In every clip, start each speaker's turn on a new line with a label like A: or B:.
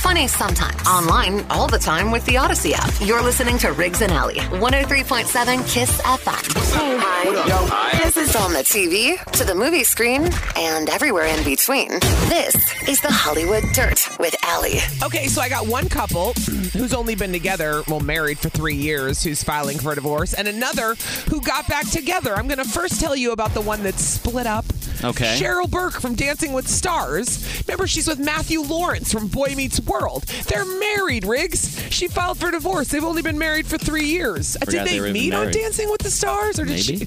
A: Funny sometimes. Online all the time with the Odyssey app. You're listening to Riggs and Alley, 103.7 Kiss FM. Hey, This is on the TV, to the movie screen, and everywhere in between. This is the Hollywood Dirt with Alley.
B: Okay, so I got one couple who's only been together, well, married for three years, who's filing for divorce, and another who got back together. I'm going to first tell you about the one that's split up.
C: Okay.
B: Cheryl Burke from Dancing with Stars. Remember, she's with Matthew Lawrence from Boy Meets World. They're married, Riggs. She filed for divorce. They've only been married for three years. Uh,
C: Forgot
B: Did
C: they
B: they,
C: were even
B: meet on
C: married.
B: Dancing with the Stars, or did
C: Maybe.
B: she?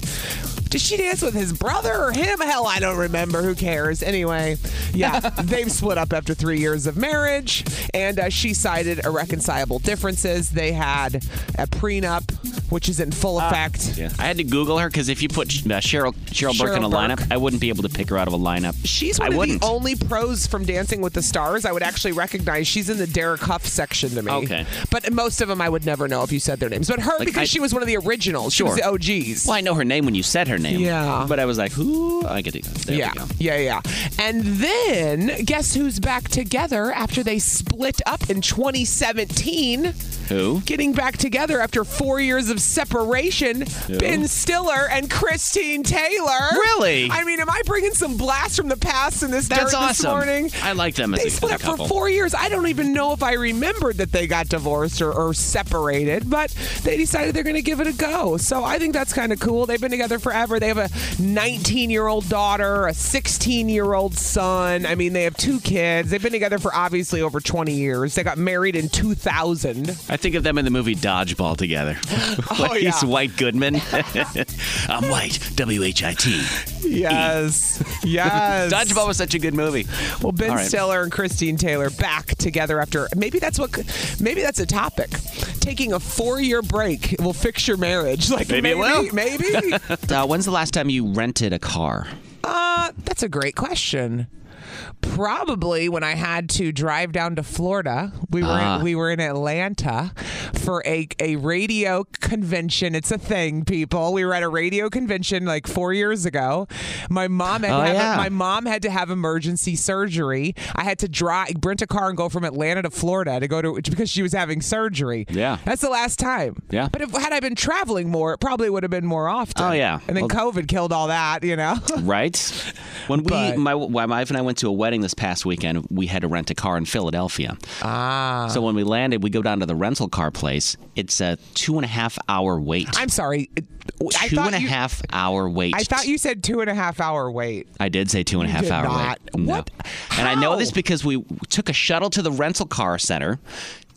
B: Did she dance with his brother or him? Hell, I don't remember. Who cares? Anyway, yeah, they've split up after three years of marriage, and uh, she cited irreconcilable differences. They had a prenup, which is in full
C: Ah.
B: effect.
C: I had to Google her because if you put uh, Cheryl Cheryl Burke in a
B: Cheryl Burke.
C: lineup, I wouldn't be able to pick her out of a lineup.
B: She's
C: I
B: one of
C: wouldn't.
B: the only pros from Dancing with the Stars I would actually recognize. She's in the Derek Huff section to me.
C: Okay.
B: But most of them I would never know if you said their names. But her,
C: Like,
B: because
C: I-
B: she was one of the originals. She
C: Sure.
B: was the OGs.
C: Well, I know her name when you said her name.
B: Yeah.
C: But I was like, who? I get it. There
B: yeah,
C: we go.
B: yeah, yeah. And then guess who's back together after they split up in 2017?
C: Who?
B: Getting back together after four years of separation, Ben Stiller and Christine Taylor.
C: Really?
B: I mean, am I bringing some blast from the past in this dirt
C: That's
B: this
C: awesome.
B: morning?
C: I like them as
B: They
C: a-
B: split
C: as
B: up
C: a
B: for
C: couple.
B: four years. I don't even know if I remembered that they got divorced or, or separated, but they decided they're going to give it a go. So I think that's kind of cool. They've been together forever. They have a 19 year old daughter, a 16 year old son. I mean, they have two kids. They've been together for obviously over 20 years. They got married in 2000.
C: I think of them in the movie Dodgeball together.
B: Oh,
C: He's
B: yeah.
C: White Goodman. I'm White. W H I T. E.
B: Yes. Yes.
C: Dodgeball was such a good movie.
B: Well, Ben
C: All right.
B: Stiller and Christine Taylor back together after maybe that's what maybe that's a topic. Taking a four-year break will fix your marriage. Like
C: Maybe it will.
B: Maybe.
C: Uh, when's the last time you rented a car?
B: uh, that's a great question. Probably when I had to drive down to Florida, we were
C: Ah.
B: in, we were in Atlanta for a a radio convention. It's a thing, people. We were at a radio convention like four years ago. My mom had
C: Oh,
B: to have
C: yeah.
B: my mom had to have emergency surgery. I had to drive rent a car and go from Atlanta to Florida to go to because she was having surgery.
C: Yeah.
B: that's the last time.
C: Yeah.
B: but if had I been traveling more, it probably would have been more often.
C: Oh, yeah.
B: and then COVID killed all that. You know.
C: Right? When we,
B: But-
C: my, my wife and I went to a wedding this past weekend, we had to rent a car in Philadelphia. Ah. So when we landed, we go down to the rental car place. It's a two and a half hour wait.
B: I'm sorry. I
C: Two
B: thought
C: and a half
B: you-
C: hour wait.
B: I thought you said two and a half hour wait.
C: I did say two and a half
B: did
C: hour
B: not.
C: wait. No.
B: What?
C: And I know this
B: How?
C: because we took a shuttle to the rental car center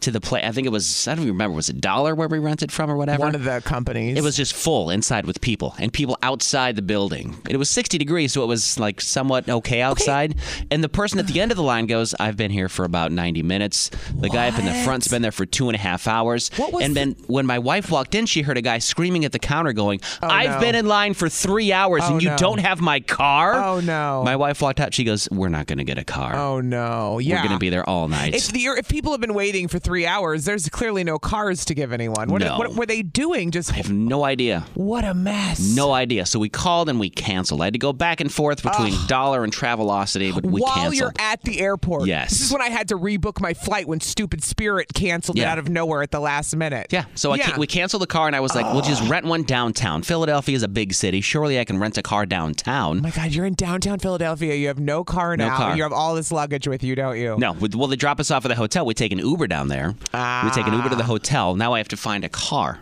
C: to the play. I think it was, I don't even remember, was it Dollar where we rented from or whatever?
B: One of the companies.
C: It was just full inside with people and people outside the building. It was 60 degrees, so it was like somewhat okay outside. And the person at the end of the line goes, I've been here for about 90 minutes. The guy up in the front's been there for two and a half hours.
B: What was
C: and
B: the-
C: then when my wife walked in, she heard a guy screaming at the counter going, I've
B: Oh, no.
C: been in line for three hours
B: Oh,
C: and you
B: no.
C: don't have my car.
B: Oh, no.
C: My wife walked out. She goes, We're not going to get a car.
B: Oh no!
C: We're
B: Yeah.
C: going to be there all night.
B: If the if people have been waiting for three hours. There's clearly no cars to give anyone. What,
C: No.
B: what were they doing? Just
C: I have no idea.
B: what a mess.
C: No idea. So we called and we canceled. I had to go back and forth between Dollar and Travelocity, but we
B: While
C: canceled.
B: you're at the airport.
C: Yes.
B: This is when I had to rebook my flight when Stupid Spirit canceled it
C: Yeah.
B: out of nowhere at the last minute.
C: Yeah. So I ca- we canceled the car, and I was like, "We'll just rent one downtown. Philadelphia is a big city. Surely I can rent a car downtown."
B: Oh my God, you're in downtown Philadelphia. You have no car
C: No
B: now.
C: car.
B: You have all this luggage with you, don't you?
C: No. with- Well, they drop us off at the hotel. We take an Uber down there. We take an Uber to
B: Ah.
C: the hotel. Now I have to find a car.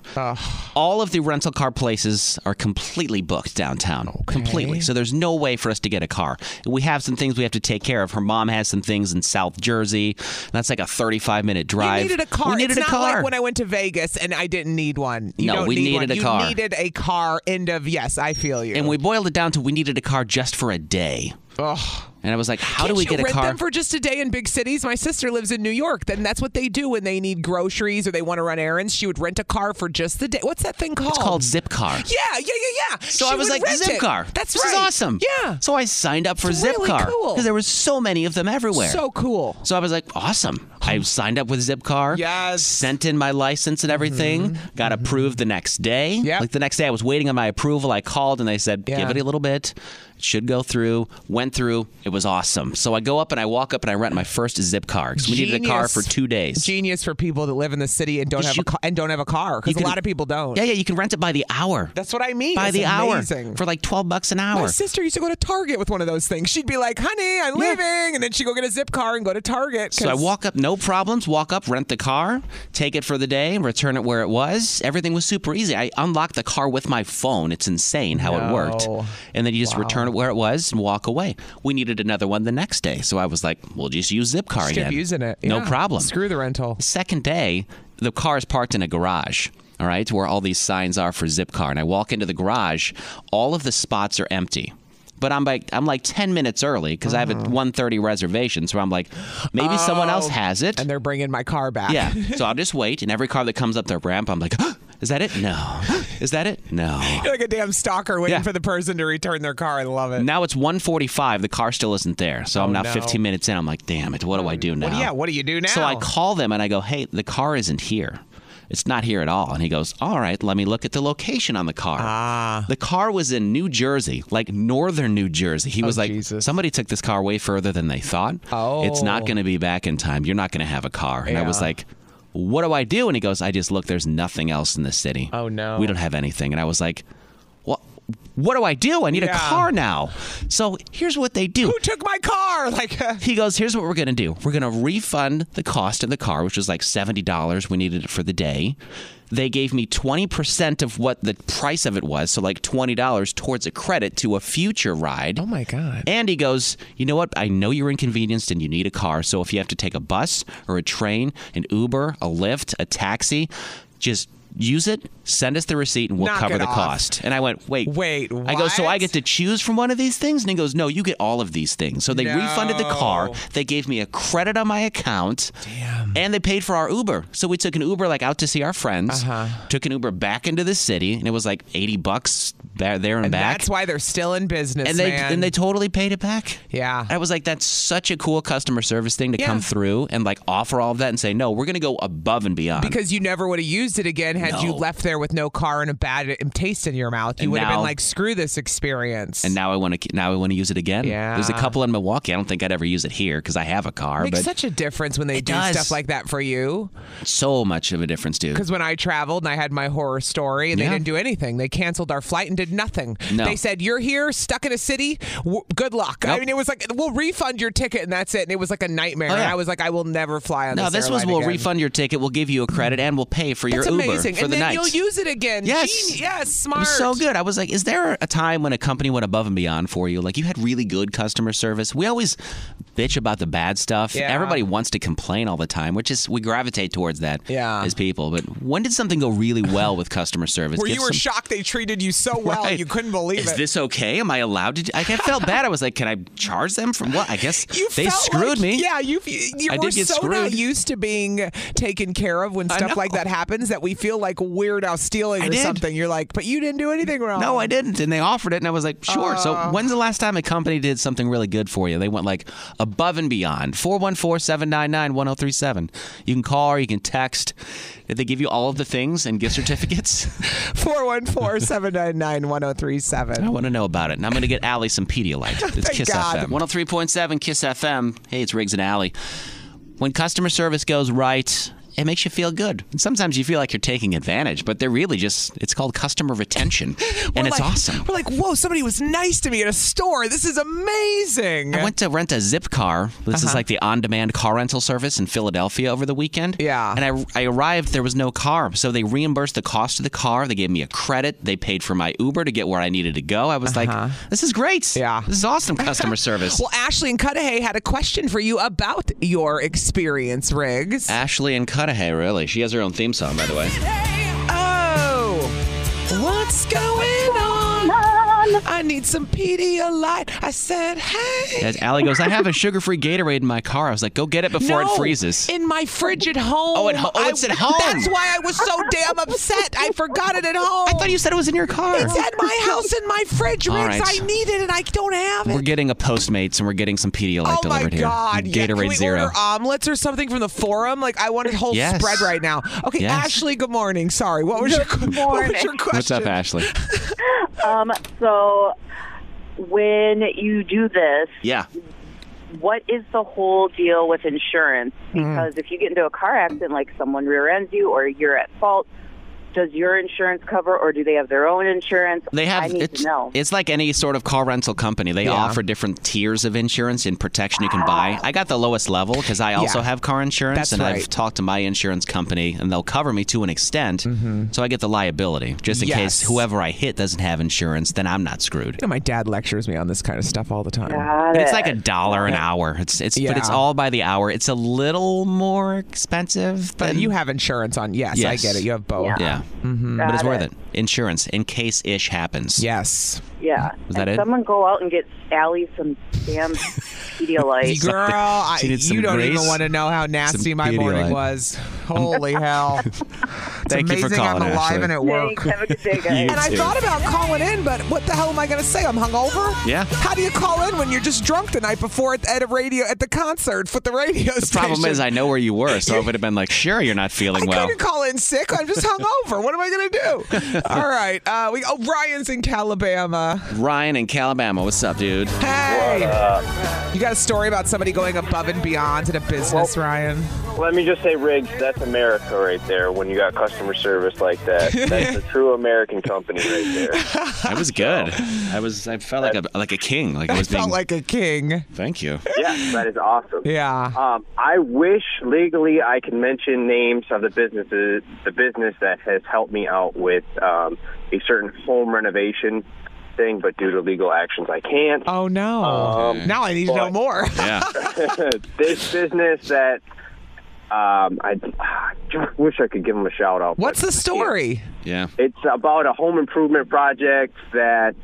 C: All of the rental car places are completely booked downtown. Completely. So there's no way for us to get a car. We have some things we have to take care of. Her mom has some things in South Jersey. That's like a 35 minute drive.
B: You needed a car.
C: We needed
B: it's
C: a
B: not
C: car.
B: like when I went to Vegas and I didn't need one. You
C: No,
B: don't
C: we
B: need
C: needed
B: one.
C: a car.
B: You needed a car. End of yes, I feel you.
C: and we boiled it down to we needed a car just for a day. And I was like, how
B: Can't
C: do we
B: you
C: get a
B: rent
C: car?
B: them for just a day in big cities? My sister lives in New York. Then that's what they do when they need groceries or they want to run errands. She would rent a car for just the day. What's that thing called?
C: It's called Zipcar.
B: Yeah, yeah, yeah, yeah.
C: So
B: She
C: I was
B: would
C: like,
B: rent it.
C: Zipcar.
B: That's
C: this
B: right.
C: is awesome.
B: Yeah.
C: So I signed up for
B: It's really
C: Zipcar
B: cool.
C: there were so many of them everywhere.
B: So cool.
C: So I was like, awesome. I signed up with Zipcar.
B: Yes. Mm-hmm.
C: Sent in my license and everything. Got approved the next day.
B: Yep.
C: Like the next day, I was waiting on my approval. I called and they said,
B: Yeah.
C: give it a little bit. It should go through. Went through. It was awesome. So I go up and I walk up and I rent my first Zipcar because we needed a car
B: Genius.
C: for two days.
B: Genius for people that live in the city and don't
C: Yes,
B: have
C: you-
B: a car, and don't have a car because a
C: can-
B: lot of people don't.
C: yeah, yeah. You can rent it by the hour.
B: Oh. That's what I mean.
C: by
B: It's
C: the
B: amazing.
C: hour for like 12 bucks an
B: My
C: hour.
B: sister used to go to Target with one of those things. She'd be like, "Honey, I'm
C: Yeah.
B: leaving," and then she'd go get a zip car and go to Target.
C: So I
B: 'cause-
C: walk up, no problems. Walk up, rent the car, take it for the day, return it where it was. Everything was super easy. I unlocked the car with my phone. It's insane how it worked.
B: No.
C: And then you just return it where it was and walk away. We needed another one the next day, so I was like, "We'll just use Zipcar
B: Just keep
C: again."
B: using it.
C: no
B: Yeah.
C: problem.
B: Screw the rental.
C: Second day, the car is parked in a garage. All right, where all these signs are for Zipcar, and I walk into the garage. All of the spots are empty. But I'm like I'm like ten minutes early because I have a
B: Uh-huh.
C: 1:30 reservation. So I'm like, maybe someone else has it.
B: and they're bringing my car Oh. back.
C: yeah. So I'll just wait. And every car that comes up the ramp, I'm like, is that it? No. Is that it? No.
B: You're like a damn stalker waiting
C: Yeah.
B: for the person to return their car. I love it. Oh,
C: Now it's 1:45. The car still isn't there. So I'm now
B: no.
C: 15 minutes in. I'm like, damn it. What do I do now?
B: What do- yeah, what do you do now?
C: So I call them and I go, hey, the car isn't here. It's not here at all. And he goes, all right, let me look at the location on the car. Ah. The car was in New Jersey, like northern New Jersey. He was like,
B: Oh, Jesus.
C: somebody took this car way further than they thought.
B: Oh.
C: It's not going to be back in time. You're not going to have a car. And I was like, what do I do? And he goes, I just look, there's nothing else in the city.
B: Oh, no.
C: We don't have anything. And I was like, what? What do I do? I need a
B: Yeah.
C: car now. So here's what they do
B: Who took my car? Like, uh,
C: he goes, here's what we're going to do. We're going to refund the cost of the car, which was like $70. We needed it for the day. They gave me 20% of what the price of it was, so like $20 towards a credit to a future ride.
B: Oh my god.
C: And he goes, You know what? I know you're inconvenienced and you need a car. So if you have to take a bus or a train, an Uber, a Lyft, a taxi, just use it, send us the receipt, and we'll
B: Knock
C: cover
B: it
C: the
B: off.
C: cost. And I went, Wait.
B: Wait,
C: I go, So I
B: what?"
C: get to choose from one of these things? And he goes, No, you get all of these things. So they refunded the car.
B: No.
C: They gave me a credit on my account. And they paid for our Uber. So we took an Uber like out to see our friends,
B: Uh-huh.
C: took an Uber back into the city, and it was like 80 bucks ba- there and, back
B: That's why they're still in business,
C: and they
B: man.
C: and they totally paid it back.
B: Yeah.
C: I was like, that's such a cool customer service thing to come
B: Yeah.
C: through and like offer all of that and say, no, we're gonna go above and beyond.
B: because you never would have used it again had you
C: No.
B: left there with no car and a bad taste in your mouth. You
C: And
B: would have been
C: now-
B: like, "Screw this experience."
C: and now I want to now I want to use it again.
B: Yeah.
C: There's a couple in Milwaukee. I don't think I'd ever use it here because I have a car,
B: makes
C: but
B: such a difference when they
C: It
B: do
C: does.
B: stuff like that for you.
C: so much of a difference, dude.
B: Because when I traveled and I had my horror story, and they
C: Yeah.
B: didn't do anything. They canceled our flight and did nothing.
C: No.
B: They said, "You're here, stuck in a city. W- good luck." I
C: Nope.
B: mean, it was like, "We'll refund your ticket," and that's it. And it was like a nightmare.
C: Oh,
B: And
C: yeah.
B: I was like, "I will never fly on
C: No,
B: this."
C: this was
B: airline
C: we'll
B: again.
C: refund your ticket, we'll give you a credit, and we'll pay for
B: That's
C: your Uber
B: amazing.
C: for
B: and
C: the
B: then
C: night.
B: you'll use it again.
C: Yes.
B: Geni- yes,
C: It
B: smart.
C: was so good. I was like, is there a time when a company went above and beyond for you? Like you had really good customer service. We always bitch about the bad stuff.
B: Yeah.
C: Everybody wants to complain all the time, which is we gravitate towards that
B: Yeah.
C: as people. But when did something go really well with customer service?
B: Where
C: Give
B: you were
C: some-
B: shocked they treated you so well,
C: Right.
B: you couldn't believe
C: Is
B: it.
C: this okay? Am I allowed to? Do- like, I felt bad. I was like, can I charge them from what? I guess
B: You
C: they
B: felt
C: screwed
B: like-
C: me.
B: Yeah, you you
C: I
B: were
C: did get
B: so not
C: screwed.
B: used to being taken care of when
C: I
B: stuff like
C: know.
B: that happens that we feel like weird out stealing
C: I
B: or
C: did.
B: something. You're like, but you didn't do anything wrong.
C: No, I didn't. And they offered it, and I was like, sure.
B: Oh.
C: so when's the last time a company did something really good for you? They went like above and beyond. 414 799 1037. 7. oh You can call her, you can text. Did they give you all of the things and gift certificates?
B: 414 799
C: I
B: 1037.
C: want to know about it. And I'm going to get Allie some Pedialyte. It's
B: Thank
C: Kiss
B: God.
C: FM. 103.7 Kiss FM. Hey, it's Riggs and Allie. When customer service goes right, it makes you feel good. And sometimes you feel like you're taking advantage, but they're really just, it's called customer retention. and
B: We're
C: it's
B: like-
C: awesome.
B: We're like, whoa, somebody was nice to me at a store. This is amazing.
C: I went to rent a zip car. This
B: Uh-huh.
C: is like the on demand car rental service in Philadelphia over the weekend.
B: Yeah.
C: And I, I arrived, there was no car. So they reimbursed the cost of the car. They gave me a credit. They paid for my Uber to get where I needed to go. I was like, this is great.
B: Uh-huh. Yeah.
C: This is awesome customer service.
B: well, Ashley and Cudahy had a question for you about your experience, Riggs.
C: Ashley and Cudahy, really. She has her own theme song, by the way.
B: Oh, what's going on? I need some Pedialyte. I said, hey.
C: As Allie goes, I have a sugar free Gatorade in my car. I was like, go get it before
B: No,
C: it freezes.
B: In my fridge at home.
C: Oh, at ho- oh,
B: I-
C: it's at home.
B: That's why I was so damn upset. I forgot it at home.
C: I thought you said it was in your car.
B: It's at my house in my fridge,
C: All
B: Riggs.
C: right.
B: I need it and I don't have it.
C: We're getting a Postmates and we're getting some Pedialyte
B: oh
C: delivered
B: my God!
C: here.
B: yeah.
C: Gatorade
B: Can we
C: Zero.
B: order omelets or something from the forum? Like I want a whole
C: Oh. Yes.
B: spread right now. Okay,
C: Yes.
B: Ashley. Good morning. Sorry. What was your What was your question?
C: What's up, Ashley?
D: Um, so when you do this,
C: Yeah.
D: what is the whole deal with insurance?
C: Mm-hmm.
D: Because if you get into a car accident, like someone rear ends you or you're at fault, does your insurance cover or do they have their own insurance?
C: They have
D: I need
C: it's,
D: to know.
C: it's like any sort of car rental company. They offer different tiers of insurance and protection you can buy. I got the lowest level because I also
B: Yeah.
C: have car insurance
B: That's
C: and I've
B: right.
C: talked to my insurance company and they'll cover me to an extent. So I get the liability just in
B: Mm-hmm. Yes.
C: case whoever I hit doesn't have insurance, then I'm not screwed.
B: You know, my dad lectures me on this kind of stuff all the time.
D: Got
C: It's
D: it.
C: like a dollar an hour. It's it's but it's
B: Yeah.
C: all by the hour. It's a little more expensive,
B: But
C: than
B: you have insurance on. Yes, I
C: Yes.
B: get it. You have both. Mm-hmm.
C: yeah. But
D: Got
C: it's worth it. Insurance in case ish happens.
B: Yes.
D: Yeah.
C: Was that
D: And
C: it?
D: Someone go out and get Allie some damn Pedialyte.
B: Girl, I,
C: She needs
B: you
C: some
B: don't
C: grace,
B: even want to know how nasty my
C: Pedialyte.
B: morning was. Holy hell. It's
C: Thank you for
B: amazing
C: calling,
B: I'm
C: Ashley.
B: alive and at
D: Thanks.
B: work.
D: Have a good day, guys.
C: You
B: And I
C: too.
B: thought about calling in, but what the hell am I going to say? I'm hungover.
C: Yeah.
B: How do you call in when you're just drunk the night before at, at a radio at the concert with the radio
C: The problem is I know where you were, so I would have been like, sure, you're not feeling
B: I
C: well.
B: couldn't call in sick. I'm just hungover. what am I going to do? All right. Uh, we. Oh, Ryan's in Calabama.
C: Ryan in Calabama, what's up, dude?
B: Hey. You got a story about somebody going above and beyond in a business, Ryan?
E: Let me just say, Riggs, that's America right there. When you got customer service like that, that's a true American company right there.
C: I was good. I was. I felt like a like a king. Like I
B: I
C: was being.
B: felt like a king.
C: Thank you.
E: Yeah, that is awesome.
B: Yeah.
E: Um, I wish legally I could mention names of the businesses, the business that has helped me out with um, a certain home renovation thing, but due to legal actions, I can't. Um,
B: Oh no! now I need to know
E: but-
B: more.
C: Yeah.
E: this business that um, I I just wish I could give them a shout out. but
B: What's the
E: I can't.
B: story?
C: Yeah.
E: It's about a home improvement project that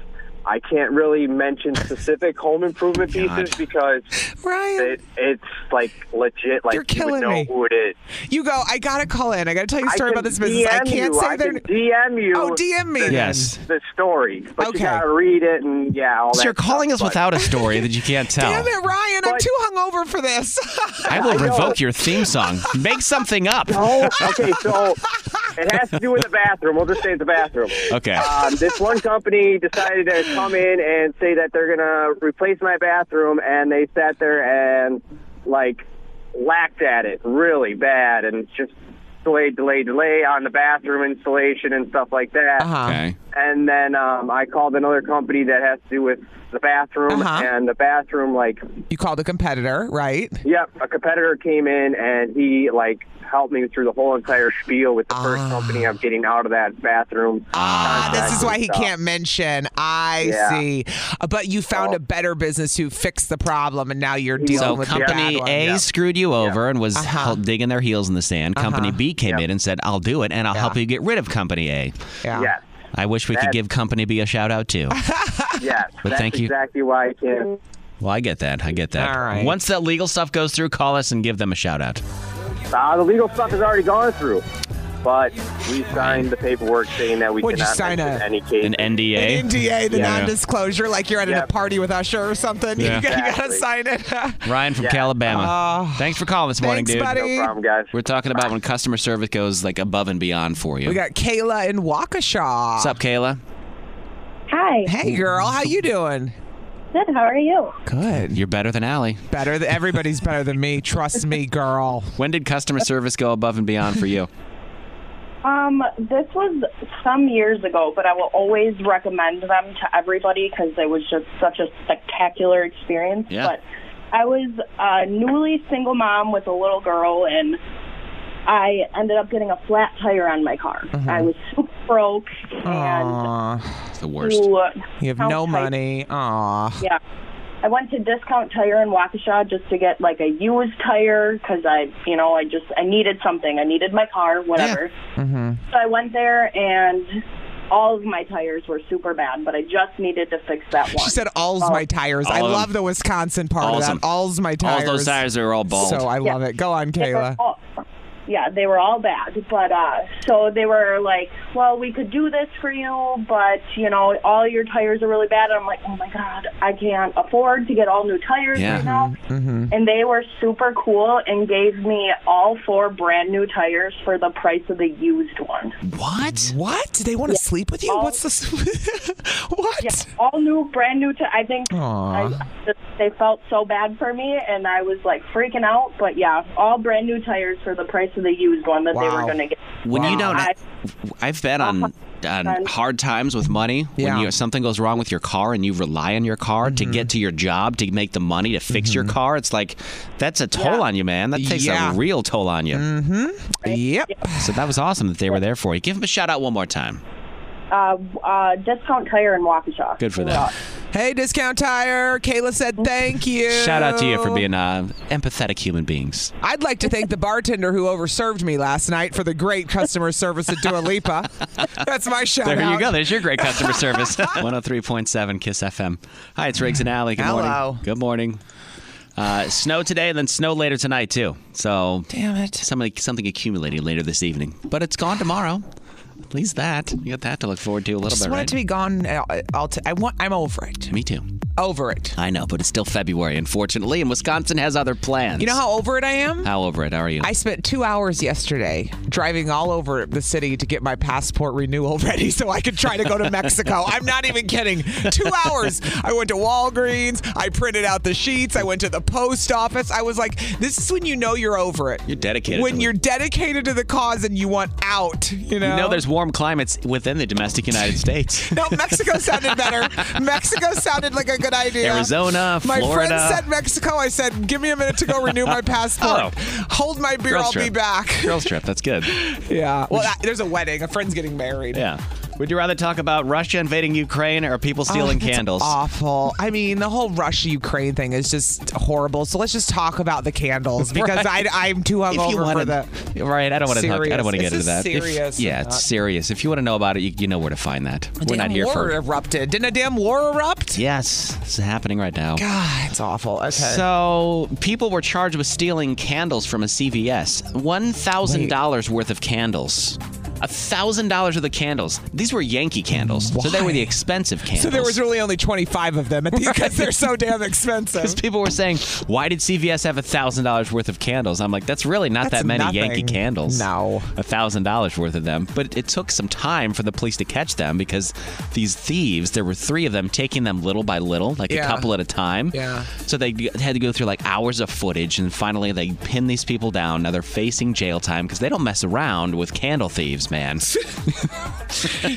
E: I can't really mention specific home improvement pieces because
B: Oh Ryan,
E: it, it's like legit. Like
B: You're
E: you
B: killing
E: would know
B: me.
E: who it is.
B: you go. I gotta call in. I gotta tell you a
E: I
B: story
E: can
B: about this business. I
E: DM
B: can't
E: you.
B: say
E: I
B: their.
E: can DM you.
B: Oh, DM me. then.
C: Yes.
E: The story, but
B: Okay.
E: you gotta read it and yeah, all
C: So
E: that.
C: you're calling us
E: stuff, but-
C: without a story that you can't tell.
B: Damn it, Ryan! I'm
E: But-
B: too hungover for this.
C: I will revoke your theme song. Make something up.
E: Oh, okay, so it has to do with the bathroom. We'll just say it's the bathroom.
C: Okay.
E: Um, this one company decided to come in and say that they're gonna replace my bathroom, and they sat there and like lacked at it really bad, and just delay, delay, delay on the bathroom installation and stuff like that.
B: Uh-huh.
C: Okay.
E: And then um, I called another company that has to do with the bathroom,
B: Uh-huh.
E: and the bathroom like
B: You called a competitor, right?
E: Yep, a competitor came in and he like helped me through the whole entire spiel with the first company of getting out of that bathroom.
B: Ah, this is why he
E: Stuff.
B: can't mention. I
E: Yeah.
B: see. Uh, But you found a better business who fixed the problem, and now you're dealing
C: So
B: with
C: company
B: the bad one.
C: A
B: Yeah. Uh-huh.
C: screwed you over and was hel- digging their heels in the sand. Company B came in and said, "I'll do it and I'll help you get rid of company A."
B: Yeah.
E: Yes,
C: I wish we could
E: That's-
C: give company B a shout out too.
E: yes.
C: But
E: That's
C: thank you.
E: exactly why I can't.
C: Well, I get that. I get that.
B: All right.
C: Once that legal stuff goes through, call us and give them a shout out.
E: Uh, the legal stuff is already gone through. but we signed the paperwork saying that we
B: What'd you
E: cannot
B: sign
E: mention
B: a-
E: any case.
C: An NDA.
B: An NDA, the
C: Yeah.
B: non-disclosure, like you're at
E: Yeah.
B: a party with Usher or something.
C: Yeah.
B: You, gotta, you gotta
E: Exactly.
B: sign it.
C: Ryan from
E: Yeah.
C: Calabama. Thanks for calling this morning,
B: Oh. Thanks,
C: dude.
B: buddy.
E: no problem, guys.
C: We're talking about when customer service goes like above and beyond for you.
B: We got Kayla in Waukesha.
C: What's up, Kayla?
D: Hi.
B: Hey, girl, how you doing?
D: Good. How are you?
B: Good.
C: You're better than Allie.
B: Better. Than, everybody's better than me. Trust me, girl.
C: When did customer service go above and beyond for you?
D: Um, this was some years ago, but I will always recommend them to everybody because it was just such a spectacular experience.
C: Yeah.
D: But I was a newly single mom with a little girl, and I ended up getting a flat tire on my car.
B: Mm-hmm.
D: I was super broke, and
B: Aw,
C: It's the worst.
D: to
B: you have
D: count
B: no
D: type-
B: money. Aw.
D: Yeah. I went to Discount Tire in Waukesha just to get like a used tire because I, you know, I just I needed something. I needed my car, whatever.
B: Mm-hmm.
D: So I went there and all of my tires were super bad, but I just needed to fix that one.
B: She said, "All's my tires."
C: All
B: I
C: of them.
B: love the Wisconsin part
C: All's
B: of that.
C: them.
B: All's my
C: All
B: tires.
C: those tires are all bald.
B: So I
D: Yeah.
B: love it. Go on,
D: They were
B: Kayla.
D: all- yeah, they were all bad. But uh, so they were like, well, we could do this for you, but you know, all your tires are really bad. And I'm like, oh my god, I can't afford to get all new tires
C: Yeah.
D: right now.
B: Mm-hmm.
D: And they were super cool and gave me all four brand new tires for the price of the used one.
C: what?
B: What? Do they want to sleep with you?
D: All-
B: What's this? what?
D: Yeah, all new, brand new. T- I think I,
B: Aw.
D: just- they felt so bad for me, and I was like freaking out. But yeah, all brand new tires for the price of the used one that they were
B: Wow.
D: going to get. Uh-huh.
C: When you don't,
D: I-
C: I've been on, on hard times with money.
B: Yeah. Mm-hmm.
C: When you, something goes wrong with your car and you rely on your car to get to your job to make the money to fix your car, it's like that's a toll on you, man. That takes
B: Yeah. Mm-hmm.
C: a real toll on you.
B: Yep.
C: So that was awesome that they were there for you. Give them a shout out one more time.
D: uh, uh, discount tire in Waukesha.
C: Good for them.
B: Hey, Discount Tire. Kayla said thank you.
C: Shout out to you for being uh, empathetic human beings.
B: I'd like to thank the bartender who overserved me last night for the great customer service at Dua Lipa. That's my shout
C: There
B: out.
C: you go. There's your great customer service. 103.7 Kiss FM. Hi, it's Riggs and Alley. Good
B: Hello.
C: morning. Good morning. Uh, snow today and then snow later tonight, too. So,
B: Damn it.
C: something, something accumulating later this evening. But it's gone tomorrow. At least that. You got that to look forward to a little
B: Just
C: bit,
B: want
C: right?
B: it to be gone. uh, I'll t- I want. I'm over it.
C: Me, too.
B: Over it.
C: I know, but it's still February, unfortunately, and Wisconsin has other plans.
B: You know how over it I am.
C: How over it are you?
B: I spent two hours yesterday driving all over the city to get my passport renewal ready so I could try to go to Mexico. I'm not even kidding. Two hours. I went to Walgreens. I printed out the sheets. I went to the post office. I was like, this is when you know you're over it.
C: You're dedicated
B: When
C: to
B: you're
C: it.
B: dedicated to the cause and you want out, you know?
C: you know, there's warm climates within the domestic United States.
B: No, Mexico sounded better. Mexico sounded like a good idea.
C: Arizona,
B: My friend
C: Florida.
B: said Mexico. I said, give me a minute to go renew my passport.
C: Oh.
B: Hold my beer.
C: Girls
B: I'll be
C: trip.
B: back.
C: Girls trip. That's good.
B: Yeah. Well, that, there's a wedding. A friend's getting married.
C: Yeah. Would you rather talk about Russia invading Ukraine or people stealing
B: Oh, that's
C: candles?
B: Awful. I mean, the whole Russia Ukraine thing is just horrible. So let's just talk about the candles because I, I'm too
C: If you
B: hungover
C: want
B: for the.
C: to, right? I don't want to talk. I
B: Serious.
C: don't want to
B: This
C: get into
B: is
C: that. If-
B: serious
C: yeah,
B: and
C: it's
B: not-
C: serious. If you want to know about it, you, you know where to find that. We're not
B: damn
C: here
B: war
C: for.
B: erupted. Didn't a damn war erupt?
C: Yes, this is happening right now.
B: God, it's awful. Okay.
C: So people were charged with stealing candles from a CVS. One thousand dollars worth of candles. A thousand dollars worth of candles. These were Yankee candles, so they were the
B: Why?
C: expensive candles.
B: So there was really only 25 of them because they're so damn expensive.
C: Because people were saying, why did CVS have $1,000 worth of candles? I'm like, that's really not
B: That's
C: that many
B: nothing.
C: Yankee candles.
B: No.
C: $1,000 worth of them. But it took some time for the police to catch them because these thieves, there were three of them taking them little by little, like a
B: Yeah.
C: couple at a time.
B: Yeah.
C: So they had to go through like hours of footage and finally they pin these people down. Now they're facing jail time because they don't mess around with candle thieves, man.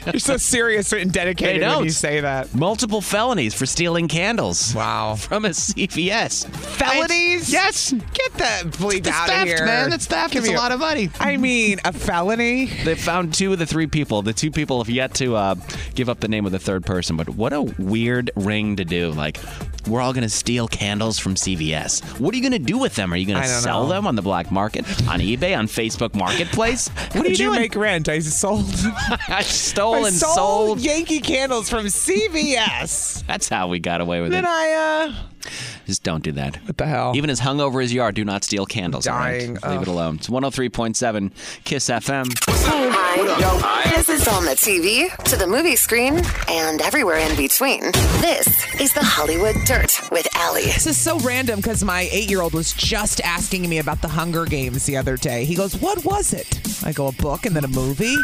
B: You're so serious and dedicated
C: They
B: when
C: don't.
B: you say that.
C: Multiple felonies for stealing candles.
B: Wow.
C: From a CVS.
B: Felonies?
C: Yes.
B: Get that bleep
C: That's
B: out
C: theft,
B: of here.
C: man. That's theft.
B: Give
C: It's a
B: me
C: lot of money.
B: I mean, a felony?
C: They found two of the three people. The two people have yet to uh, give up the name of the third person. But what a weird ring to do! Like, we're all gonna steal candles from CVS. What are you gonna do with them? Are you gonna
B: I don't
C: sell
B: know.
C: them on the black market, on eBay, on Facebook Marketplace? What are you
B: Did you
C: doing?
B: make rent? I sold.
C: I stole
B: I
C: and
B: sold,
C: sold.
B: Yankee candles from CVS.
C: That's how we got away with it.
B: then I uh,
C: Just don't do that. What
F: the hell?
C: Even as hungover as you are, do not steal candles.
F: Dying.
C: All right? Leave
F: Ugh.
C: it alone. It's 103.7 Kiss FM.
A: Hey, hi. This is on the TV, to the movie screen, and everywhere in between. This is the Hollywood Dirt with Allie.
B: This is so random because my eight year old was just asking me about the Hunger Games the other day. He goes, What was it? I go, A book and then a movie?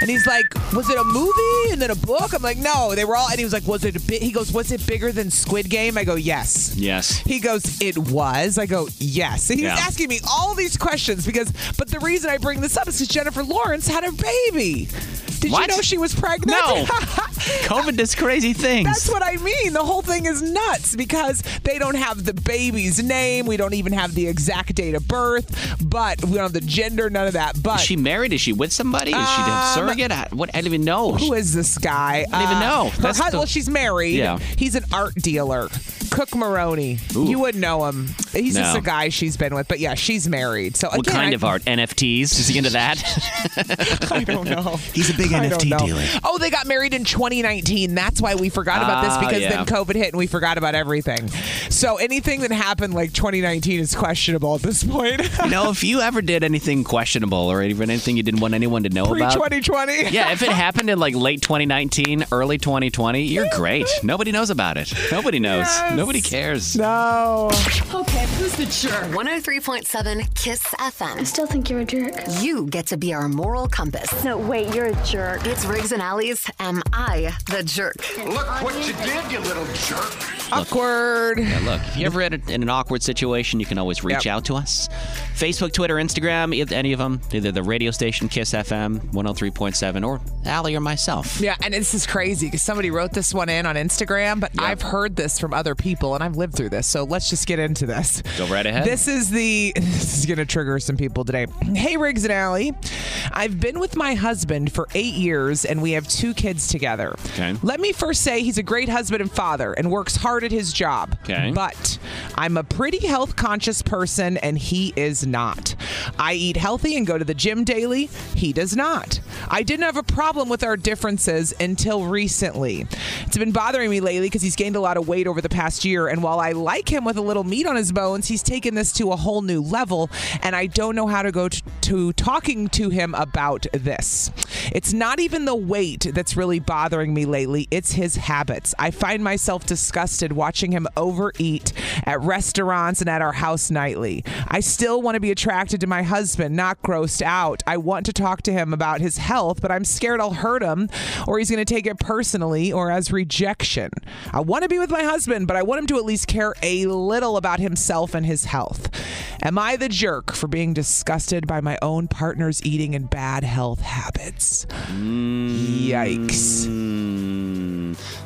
B: And he's like, Was it a movie and then a book? I'm like, No, they were all. And he was like, Was it a bit? He goes, Was it bigger than Squid Game? I go, Yes.
C: Yes.
B: He goes, It was. I go, Yes. And he was
C: Yeah.
B: asking me all these questions because, but the reason I bring this up is because Jennifer Lawrence had a baby. Did
C: What?
B: you know she was pregnant?
C: No. COVID does crazy things.
B: That's what I mean. The whole thing is nuts because they don't have the baby's name. We don't even have the exact date of birth, but we don't have the gender, none of that. But
C: Is she married? Is she with somebody? Is she a surrogate? I, what? I don't even know.
B: Um, who is this guy? Uh,
C: I don't even know.
B: Her
C: That's
B: hus-
C: the-
B: well, she's married.
C: Yeah.
B: He's an art dealer. Cook Maroney.
C: Ooh.
B: You wouldn't know him. He's just
C: No.
B: a guy she's been with. But yeah, she's married. So
C: what
B: again,
C: kind
B: I-
C: of art? NFTs? Is he into that?
B: I don't know.
C: He's a big
B: I
C: NFT
B: don't know.
C: dealer.
B: Oh, they got married in 2019. That's why we forgot about this
C: Ah,
B: because
C: yeah.
B: then COVID hit and we forgot about everything. So anything that happened like 2019 is questionable at this point.
C: you know, if you ever did anything questionable or even anything you didn't want anyone to know
B: Pre
C: about.
B: 2020.
C: Yeah, if it happened in like late 2019, early 2020, you're great. Nobody knows about it. Nobody knows. Nobody cares.
B: No.
A: 103.7 Kiss FM.
G: Still think you're a jerk.
A: You get to be our moral compass.
G: No, wait, you're a jerk.
A: It's Riggs and Allies. Am I the jerk?
B: Awkward.
C: Look, if you ever in, a, in an awkward situation, you can always reach
B: Yep.
C: out to us. Facebook, Twitter, Instagram, if any of them, either the radio station Kiss FM 103.7 or Allie or myself.
B: Yeah, and this is crazy because somebody wrote this one in on Instagram, but I've heard this from other people and I've lived through this. So let's just get into this.
C: Go right ahead.
B: This is the this is gonna trigger some people today. Hey Riggs and Allie. I've been with my husband for eight years and we have two kids together.
C: Okay.
B: Let me first say he's a great husband and father and works hard at his job.
C: Okay.
B: But but I'm a pretty health conscious person and he is not. I eat healthy and go to the gym daily. He does not. I didn't have a problem with our differences until recently. It's been bothering me lately because he's gained a lot of weight over the past year. And while I like him with a little meat on his bones, he's taken this to a whole new level. And I don't know how to go t- to talking to him about this. It's not even the weight that's really bothering me lately, it's his habits. I find myself disgusted watching him overeat at restaurants and at our house nightly. I still want to be attracted to my husband, not grossed out. I want to talk to him about his health, but I'm scared I'll hurt him or he's going to take it personally or as rejection. I want to be with my husband, but I want him to at least care a little about himself and his health. Am I the jerk for being disgusted by my own partner's eating and bad health habits? Yikes.
C: Mm,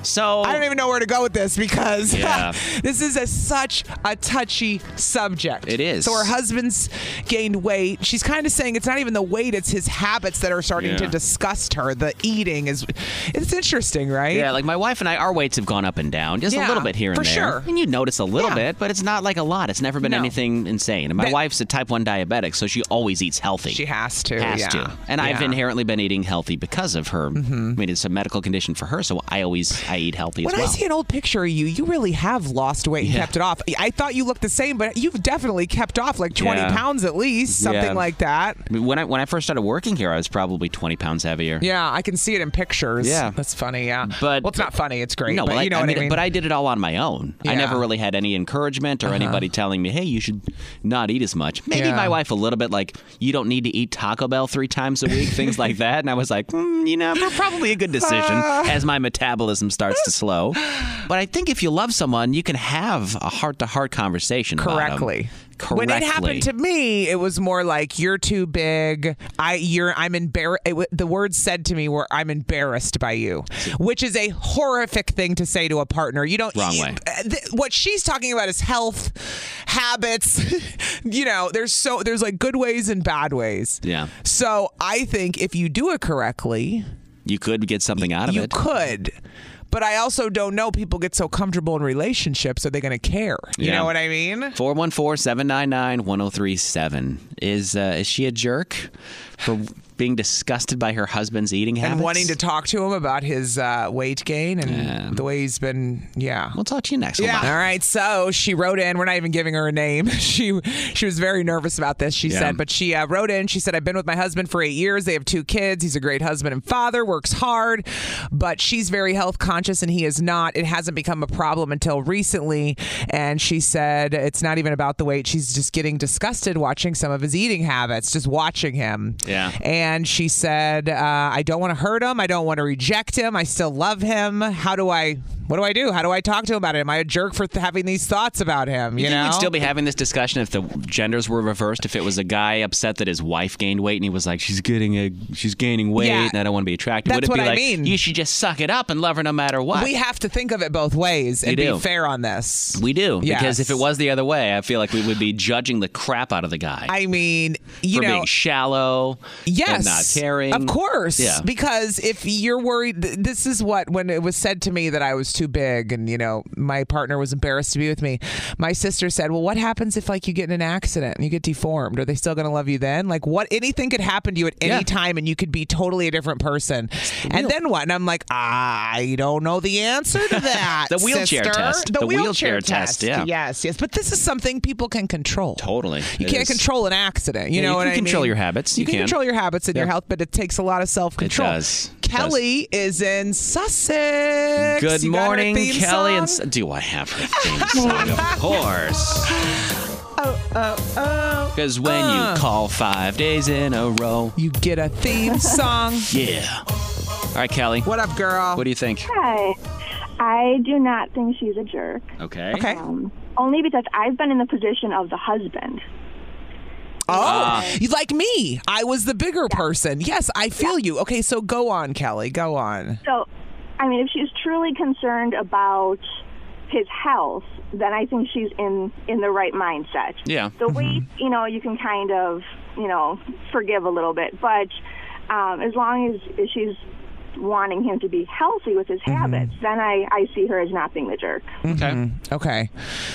C: so
B: I don't even know where to go with this because
C: Yeah.
B: this is a, such a touchy subject.
C: It is.
B: So her husband's gained weight. She's kind of saying it's not even the weight; it's his habits that are starting to
C: Yeah.
B: disgust her. The eating is. It's interesting, right?
C: Yeah, like my wife and I, our weights have gone up and down just a
B: Yeah,
C: little bit here and
B: for
C: there.
B: sure.
C: And you notice a little
B: Yeah.
C: bit, but it's not like a lot. It's never been
B: No.
C: anything insane. And my
B: But-
C: wife's a type 1 diabetic, so she always eats healthy.
B: She has to.
C: has
B: yeah.
C: to. And I've
B: Yeah. Mm-hmm.
C: inherently been eating healthy because of her. I mean, it's a medical condition for her, so I always I eat healthy
B: When
C: as well.
B: I see an old picture of you, you really have lost weight and
C: Yeah.
B: kept it off. I thought you looked the same, but you've definitely kept off like 20
C: Yeah.
B: pounds at least, something
C: Yeah.
B: like that.
C: I mean, when I when I first started working here, I was probably 20 pounds heavier.
B: Yeah, I can see it in pictures.
C: Yeah.
B: That's funny, yeah.
C: But-
B: well, it's not funny, it's great.
C: No,
B: but
C: well,
B: you know
C: I,
B: what
C: mean,
B: I mean.
C: but I did it all on my own. I
B: Yeah. Uh-huh.
C: never really had any encouragement or anybody telling me, "Hey, you should not eat as much." Maybe
B: Yeah.
C: my wife a little bit, like, "You don't need to eat Taco Bell three times a week," things like that. And I was like, "Hmm, "You know, probably a good decision." as my metabolism starts to slow, but I think if you love someone, you can have a heart-to-heart conversation about 'em.
B: correctly.
C: Correctly.
B: When it happened to me, it was more like you're too big. I you're I'm embarrassed. The words said to me were I'm embarrassed by you, which is a horrific thing to say to a partner. You don't
C: Wrong
B: you-
C: way.
B: uh, th- what she's talking about is health habits. you know, there's so there's like good ways and bad ways.
C: Yeah.
B: So I think if you do it correctly,
C: you could get something out of
B: you
C: it.
B: could. But I also don't know people get so comfortable in relationships are they going to care? You
C: Yeah.
B: know what I mean?
C: 414-799-1037. Is uh, is she a jerk for being disgusted by her husband's eating habits.
B: and wanting to talk to him about his uh, weight gain and the way he's been. Yeah,
C: we'll talk to you next.
B: Yeah.
C: Omar.
B: All right. So she wrote in. We're not even giving her a name. She she was very nervous about this. She
C: Yeah.
B: said, but she uh, wrote in. She said, I've been with my husband for eight years. They have two kids. He's a great husband and father. Works hard, but she's very health conscious and he is not. It hasn't become a problem until recently. And she said it's not even about the weight. She's just getting disgusted watching some of his eating habits. Just watching him.
C: Yeah.
B: And she said, uh, I don't want to hurt him. I don't want to reject him. I still love him. How do I, what do I do? How do I talk to him about it? Am I a jerk for th- having these thoughts about him? You,
C: You think
B: know?
C: we'd still be having this discussion if the genders were reversed. If it was a guy upset that his wife gained weight and he was like, "She's getting a, she's gaining weight,
B: Yeah.
C: and I don't want to be attracted." Would
B: That's
C: it be
B: what I
C: like,
B: mean.
C: "You should just suck it up and love her no matter what"?
B: we have to think of it both ways and
C: You do.
B: be fair on this.
C: We do because if it
B: Yes.
C: was the other way, I feel like we would be judging the crap out of the guy
B: I mean,
C: for
B: you know,
C: being shallow,
B: yes,
C: and not caring.
B: Of course,
C: yeah.
B: Because if you're worried, th- this is what when it was said to me that I was too big, and you know my partner was embarrassed to be with me. My sister said, "Well, what happens if like you get in an accident and you get deformed? Are they still going to love you then? Like what? Anything could happen to you at any
C: Yeah.
B: time, and you could be totally a different person.
C: wheel.
B: And then what? And I'm like, I don't know the answer to that.
C: The wheelchair
B: sister.
C: test.
B: The,
C: The wheelchair
B: test.
C: test, yeah.
B: Yes. Yes. But this is something people can control.
C: Totally,
B: You
C: It
B: can't
C: is-
B: control an accident. You
C: Yeah,
B: know
C: you
B: what
C: can
B: I
C: control
B: mean?
C: your habits.
B: You,
C: You
B: can,
C: can.
B: control your habits and your
C: Yeah.
B: health, but it takes a lot of self control.
C: does. It
B: Kelly is in Sussex.
C: Good
B: You got her
C: morning,
B: theme
C: Kelly. And
B: song?
C: s- do I have her theme song? Of course.
B: Oh,
C: Because when
B: Uh.
C: you call five days in a row,
B: you get a theme song.
C: yeah. All right, Kelly.
B: what up, girl?
C: What do you think?
G: Hi. I do not think she's a jerk.
C: Okay.
B: okay.
G: Um, only because I've been in the position of the husband.
C: Ah.
B: Oh, you like me? I was the bigger person. Yes, I feel you. Okay, so go on, Kelly. Go on.
G: So, I mean, if she's truly concerned about his health, then I think she's in in the right mindset.
C: Yeah.
G: The weight, you know, you can kind of, you know, forgive a little bit, but um, as long as, as she's wanting him to be healthy with his habits, then I I see her as not being the jerk.
C: Okay.
B: Mm-hmm. Okay,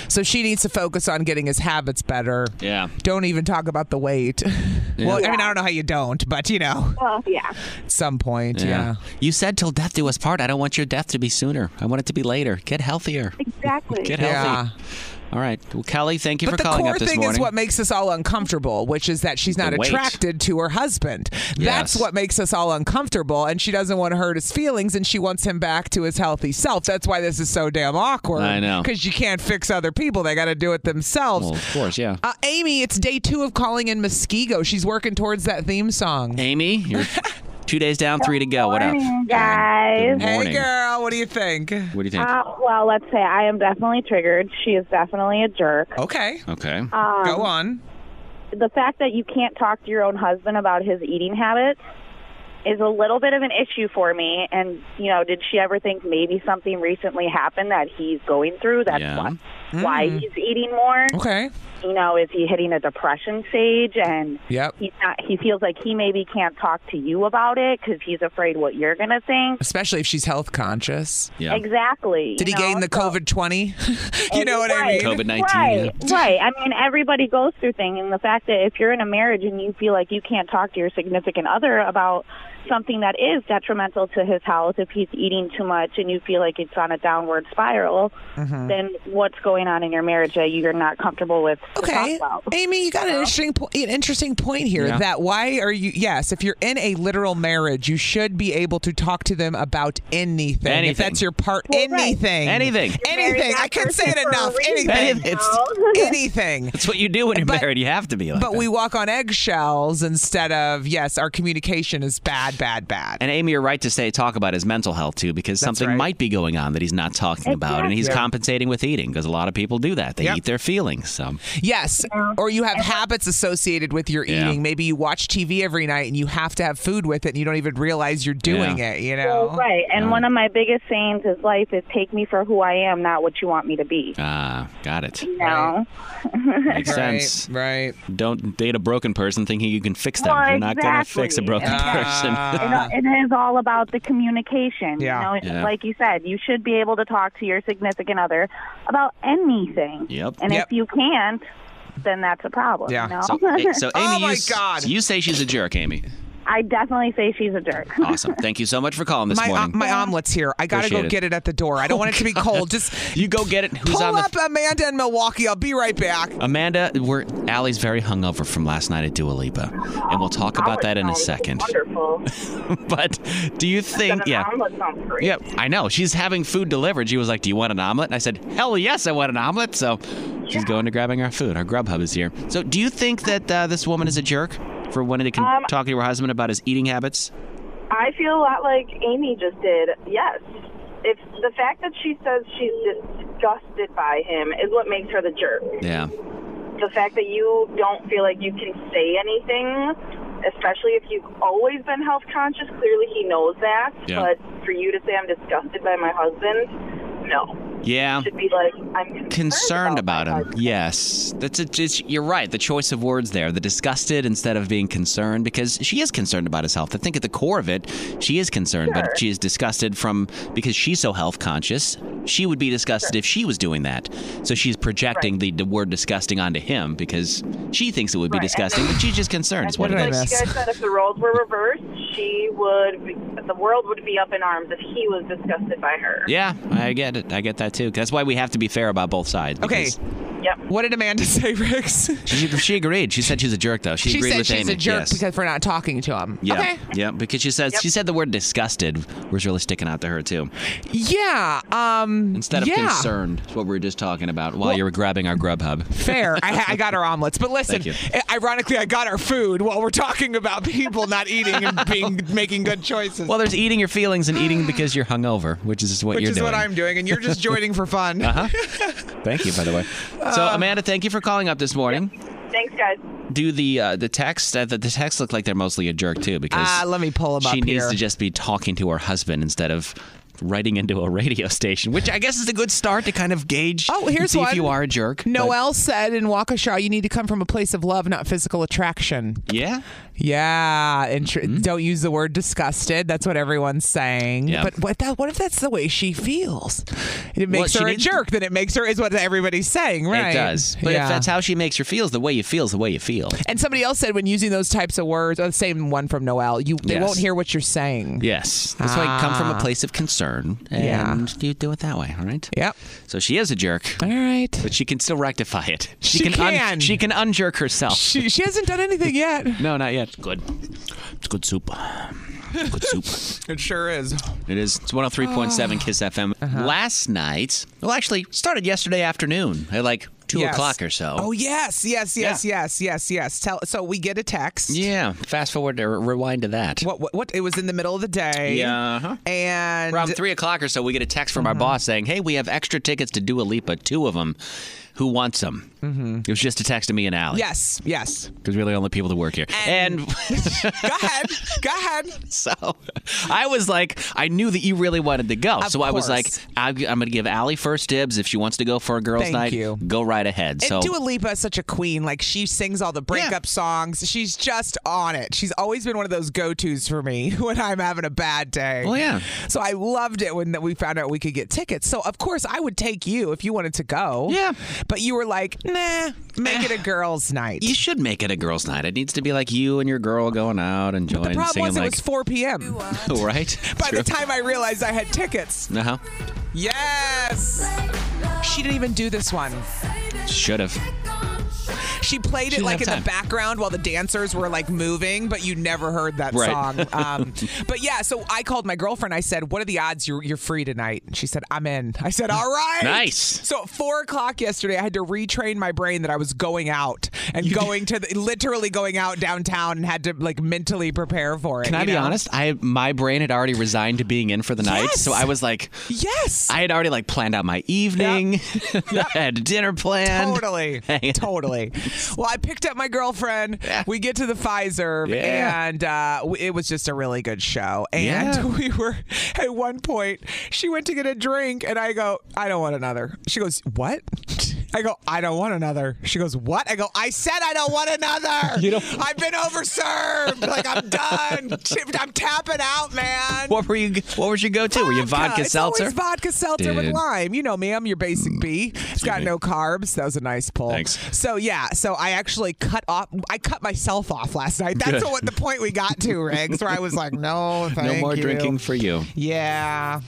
B: so she needs to focus on getting his habits better.
C: Yeah.
B: Don't even talk about the weight. Well, I mean, I don't know how you don't, but you know,
G: Well, yeah.
B: at some point, yeah.
C: You said till death do us part. I don't want your death to be sooner. I want it to be later. Get healthier.
G: Exactly.
C: Get
B: Yeah.
C: healthy. All right. Well, Kelly, thank you
B: But
C: for
B: the
C: calling
B: core
C: up this
B: thing
C: morning.
B: is what makes us all uncomfortable, which is that she's not
C: The weight.
B: attracted to her husband. That's
C: Yes.
B: what makes us all uncomfortable, and she doesn't want to hurt his feelings, and she wants him back to his healthy self. That's why this is so damn awkward.
C: I know.
B: because you can't fix other people; they got to do it themselves.
C: well, of course, yeah.
B: Uh, Amy, it's day two of calling in Muskego. She's working towards that theme song.
C: Amy, you're two days down, three to go. What up?
H: morning, guys.
C: Good morning.
B: Hey, girl, what do you think?
C: What do you think?
H: Uh, well, let's say I am definitely triggered. She is definitely a jerk.
B: Okay,
C: okay.
B: go on.
H: The fact that you can't talk to your own husband about his eating habits is a little bit of an issue for me. And, you know, did she ever think maybe something recently happened that he's going through? That's
C: Yeah.
H: what, why he's eating more.
B: Hmm. Okay,
H: You know, is he hitting a depression stage? And
B: Yep.
H: he's not, he feels like he maybe can't talk to you about it because he's afraid what you're going to think.
B: especially if she's health conscious.
C: yeah.
H: Exactly.
B: Did he
H: you know?
B: gain the
H: So-
B: COVID twenty? you know what I mean?
H: Right,
C: COVID 19.
H: Right, right. I mean, everybody goes through things, and the fact that if you're in a marriage and you feel like you can't talk to your significant other about something that is detrimental to his health, if he's eating too much and you feel like it's on a downward spiral,
B: Mm-hmm.
H: then what's going on in your marriage that you're not comfortable with? to
B: Okay,
H: talk about?
B: Amy, you got an interesting po- an interesting point here.
C: Yeah.
B: That why are you? Yes, if you're in a literal marriage, you should be able to talk to them about anything. If
C: Anything.
B: that's your part,
H: right.
B: anything,
C: Anything. You're
B: anything.
H: married
B: I
H: that
B: can't say it
H: person for a
B: enough.
H: reason,
B: Anything.
C: you
B: It's anything.
C: That's what you do when you're
B: But-
C: married. You have to be like
B: But
C: that.
B: we walk on eggshells instead of yes, our communication is bad, bad, bad.
C: And Amy, you're right to say talk about his mental health too, because something
B: right.
C: might be going on that he's not talking about, and he's compensating with eating because a lot of people do that. They
B: Yep.
C: eat their feelings. So
B: Yes. Or you have habits associated with your
C: Yeah.
B: eating. Maybe you watch TV every night and you have to have food with it and you don't even realize you're doing
C: Yeah.
B: it, you know?
H: Well, right. And one of my biggest sayings is life is take me for who I am, not what you want me to be.
C: ah, got it.
H: You know?
C: Makes
B: Right,
C: sense.
B: right.
C: Don't date a broken person thinking you can fix them.
H: Well,
C: you're not going to fix a
H: exactly.
C: broken
B: Ah.
C: person.
H: It- it is all about the communication.
B: Yeah.
H: You know,
C: Yeah.
H: like you said, you should be able to talk to your significant other about anything.
C: Yep.
H: And
B: Yep.
H: if you can't, then that's a problem. you know?
C: So, A- so
B: Oh
C: Amy, you, s- you say she's a jerk, Amy.
H: I definitely say she's a jerk.
C: Awesome. Thank you so much for calling this
B: my
C: morning.
B: om- my omelet's here. I gotta
C: Appreciate
B: go
C: it.
B: get it at the door. I don't want it to be cold. Just
C: Oh, you go get it. Who's
B: pull
C: on the
B: up Amanda in Milwaukee. I'll be right back.
C: Amanda, we're Allie's very hungover from last night at Dua Lipa, and we'll talk about that in a second.
I: Wonderful.
C: but do you think? Yeah. Yeah, I know. She's having food delivered. She was like, "Do you want an omelet?" And I said, "Hell yes, I want an omelet." So she's going to grabbing our food. Our Grubhub is here. So do you think that uh, this woman is a jerk for wanting to con-
I: Um,
C: talk to her husband about his eating habits?
I: I feel a lot like Amy just did. Yes. It's the fact that she says she's disgusted by him is what makes her the jerk.
C: Yeah.
I: The fact that you don't feel like you can say anything, especially if you've always been health conscious, clearly he knows that.
C: Yeah.
I: But for you to say I'm disgusted by my husband, no.
C: Yeah.
I: Should be like I'm
C: Concerned about him. Yes. That's a, it's, you're right. The choice of words there, the disgusted instead of being concerned, because she is concerned about his health. I think at the core of it, she is concerned,
I: Sure.
C: but she is disgusted from because she's so health conscious. She would be disgusted if she was doing that. So she's projecting the, the word disgusting onto him because she thinks it would be disgusting, but she's just concerned. Is what it
I: like
C: is.
I: you guys said, if the roles were reversed, she would, be, the world would be up in arms if he was disgusted by her.
C: Yeah, I get it. I get that too. That's why we have to be fair about both sides.
B: Okay.
C: because
I: Yep.
B: What did Amanda say, Ricks?
C: She, she agreed. She said she's a jerk, though. She,
B: She
C: agreed
B: said
C: with
B: she's
C: Amy.
B: a jerk
C: Yes.
B: because we're not talking to him.
C: Yeah,
B: Okay.
C: yeah, because she says she said the word disgusted was really sticking out to her too.
B: Yeah. Um.
C: Instead of
B: yeah.
C: concerned, is what we were just talking about while you were grabbing our Grubhub.
B: Fair. I, ha- I got our omelets, but listen.
C: Thank you.
B: i- Ironically, I got our food while we're talking about people not eating and being making good choices.
C: Well, there's eating your feelings and eating because you're hungover, which is what
B: which
C: you're
B: is
C: doing. Uh-huh.
B: what I'm doing, and you're just joining for fun.
C: huh.
B: Uh
C: Thank you, by the way. So, Amanda, thank you for calling up this morning.
I: Thanks, guys.
C: Do the uh, the text? Uh, the, the text look like they're mostly a jerk too, because
B: Ah, let me pull them
C: she
B: up
C: needs
B: here.
C: to just be talking to her husband instead of writing into a radio station, which I guess is a good start to kind of gauge.
B: Oh,
C: and
B: here's
C: see if
B: one.
C: you are a jerk. but-
B: Noel said in Waukesha, you need to come from a place of love, not physical attraction.
C: Yeah. Mm-hmm.
B: Yeah. And tr- don't use the word disgusted. That's what everyone's saying.
C: Yeah.
B: But what, that, what if that's the way she feels? It makes
C: she
B: her a
C: needs-
B: jerk. Then it makes her is what everybody's saying, right?
C: It does. But
B: yeah.
C: if that's how she makes her feels, the way you feel is the way you feel.
B: and somebody else said when using those types of words, or the same one from Noel, you they
C: Yes.
B: won't hear what you're saying.
C: Yes. That's why you come from a
B: Ah.
C: place of concern and
B: Yeah.
C: you do it that way, all right?
B: Yep.
C: So she is a jerk.
B: All right.
C: But she can still rectify it.
B: She
C: un-
B: can.
C: she can unjerk herself.
B: She, she hasn't done anything yet.
C: no, not yet. Good. It's good soup. Good soup.
B: It sure is.
C: It is. oh It's 103.7
B: Ah.
C: Kiss FM.
B: Uh-huh.
C: Last night, well, actually, started yesterday afternoon at like 2
B: Yes.
C: o'clock or so.
B: Oh yes, yes, yes, yes, yes, yes. Tell so we get a text.
C: Yeah. Fast forward or rewind to that.
B: What, what what it was in the middle of the day.
C: Yeah, uh-huh.
B: And Uh-huh.
C: Around three o'clock or so, we get a text from our boss saying, "Hey, we have extra tickets to Dua Lipa, two of them. Who wants them?" Mm-hmm. It was just a text to me and Allie.
B: Yes, yes.
C: because we're the only people that work here. And,
B: Go ahead. Go ahead.
C: so, I was like, I knew that you really wanted to go,
B: Of
C: so I was like,
B: course.
C: I'm, I'm going to give Allie first dibs. If she wants to go for a girls'
B: Thank
C: night,
B: you.
C: go right ahead. so
B: And Dua Lipa is such a queen. Like she sings all the breakup songs. She's just on it. She's always been one of those go-tos for me when I'm having a bad day.
C: Well, yeah.
B: So I loved it when that we found out we could get tickets. So of course I would take you if you wanted to go.
C: Yeah.
B: But you were like, nah, make it a girls' night.
C: you should make it a girls' night. It needs to be like you and your girl going out, enjoying,
B: the problem
C: singing
B: was it
C: like,
B: was 4 p.m.
C: right?
B: By the time I realized I had tickets.
C: uh huh,
B: Yes. She didn't even do this one.
C: should have.
B: She played
C: She
B: it
C: didn't
B: like in
C: have
B: the
C: time.
B: background while the dancers were like moving, but you never heard that
C: Right.
B: song. Um, but yeah, so I called my girlfriend. I said, "What are the odds you're, you're free tonight?" And she said, "I'm in." I said, "All right."
C: Nice.
B: So at four o'clock yesterday, I had to retrain my brain that I was going out and going to the, literally going out downtown and had to like mentally prepare for it.
C: Can I
B: you
C: be
B: know?
C: honest? I my brain had already resigned to being in for the night, so
B: Yes.
C: I was like,
B: Yes.
C: I had already like planned out my evening, I had dinner planned.
B: Totally.
C: Hang on.
B: totally. Well, I picked up my girlfriend. We get to the Pfizer,
C: Yeah.
B: and uh, w- it was just a really good show. And
C: Yeah.
B: we were, at one point, she went to get a drink, and I go, I don't want another. She goes, What? I go, I don't want another. She goes, What? I go, I said I don't want another.
C: You don't-
B: I've been overserved. like I'm done. I'm tapping out, man.
C: What were you? What was your go-to? Were you vodka
B: it's
C: seltzer?
B: Always vodka seltzer with
C: Dude. Mm.
B: lime. You know me, I'm your basic B. It's got no carbs. That was a nice pull.
C: Thanks.
B: So yeah, so I actually cut off. I cut myself off last night. That's
C: Good.
B: what the point we got to, Riggs, where I was like, no,
C: no
B: thank
C: more
B: you.
C: drinking for you.
B: Yeah,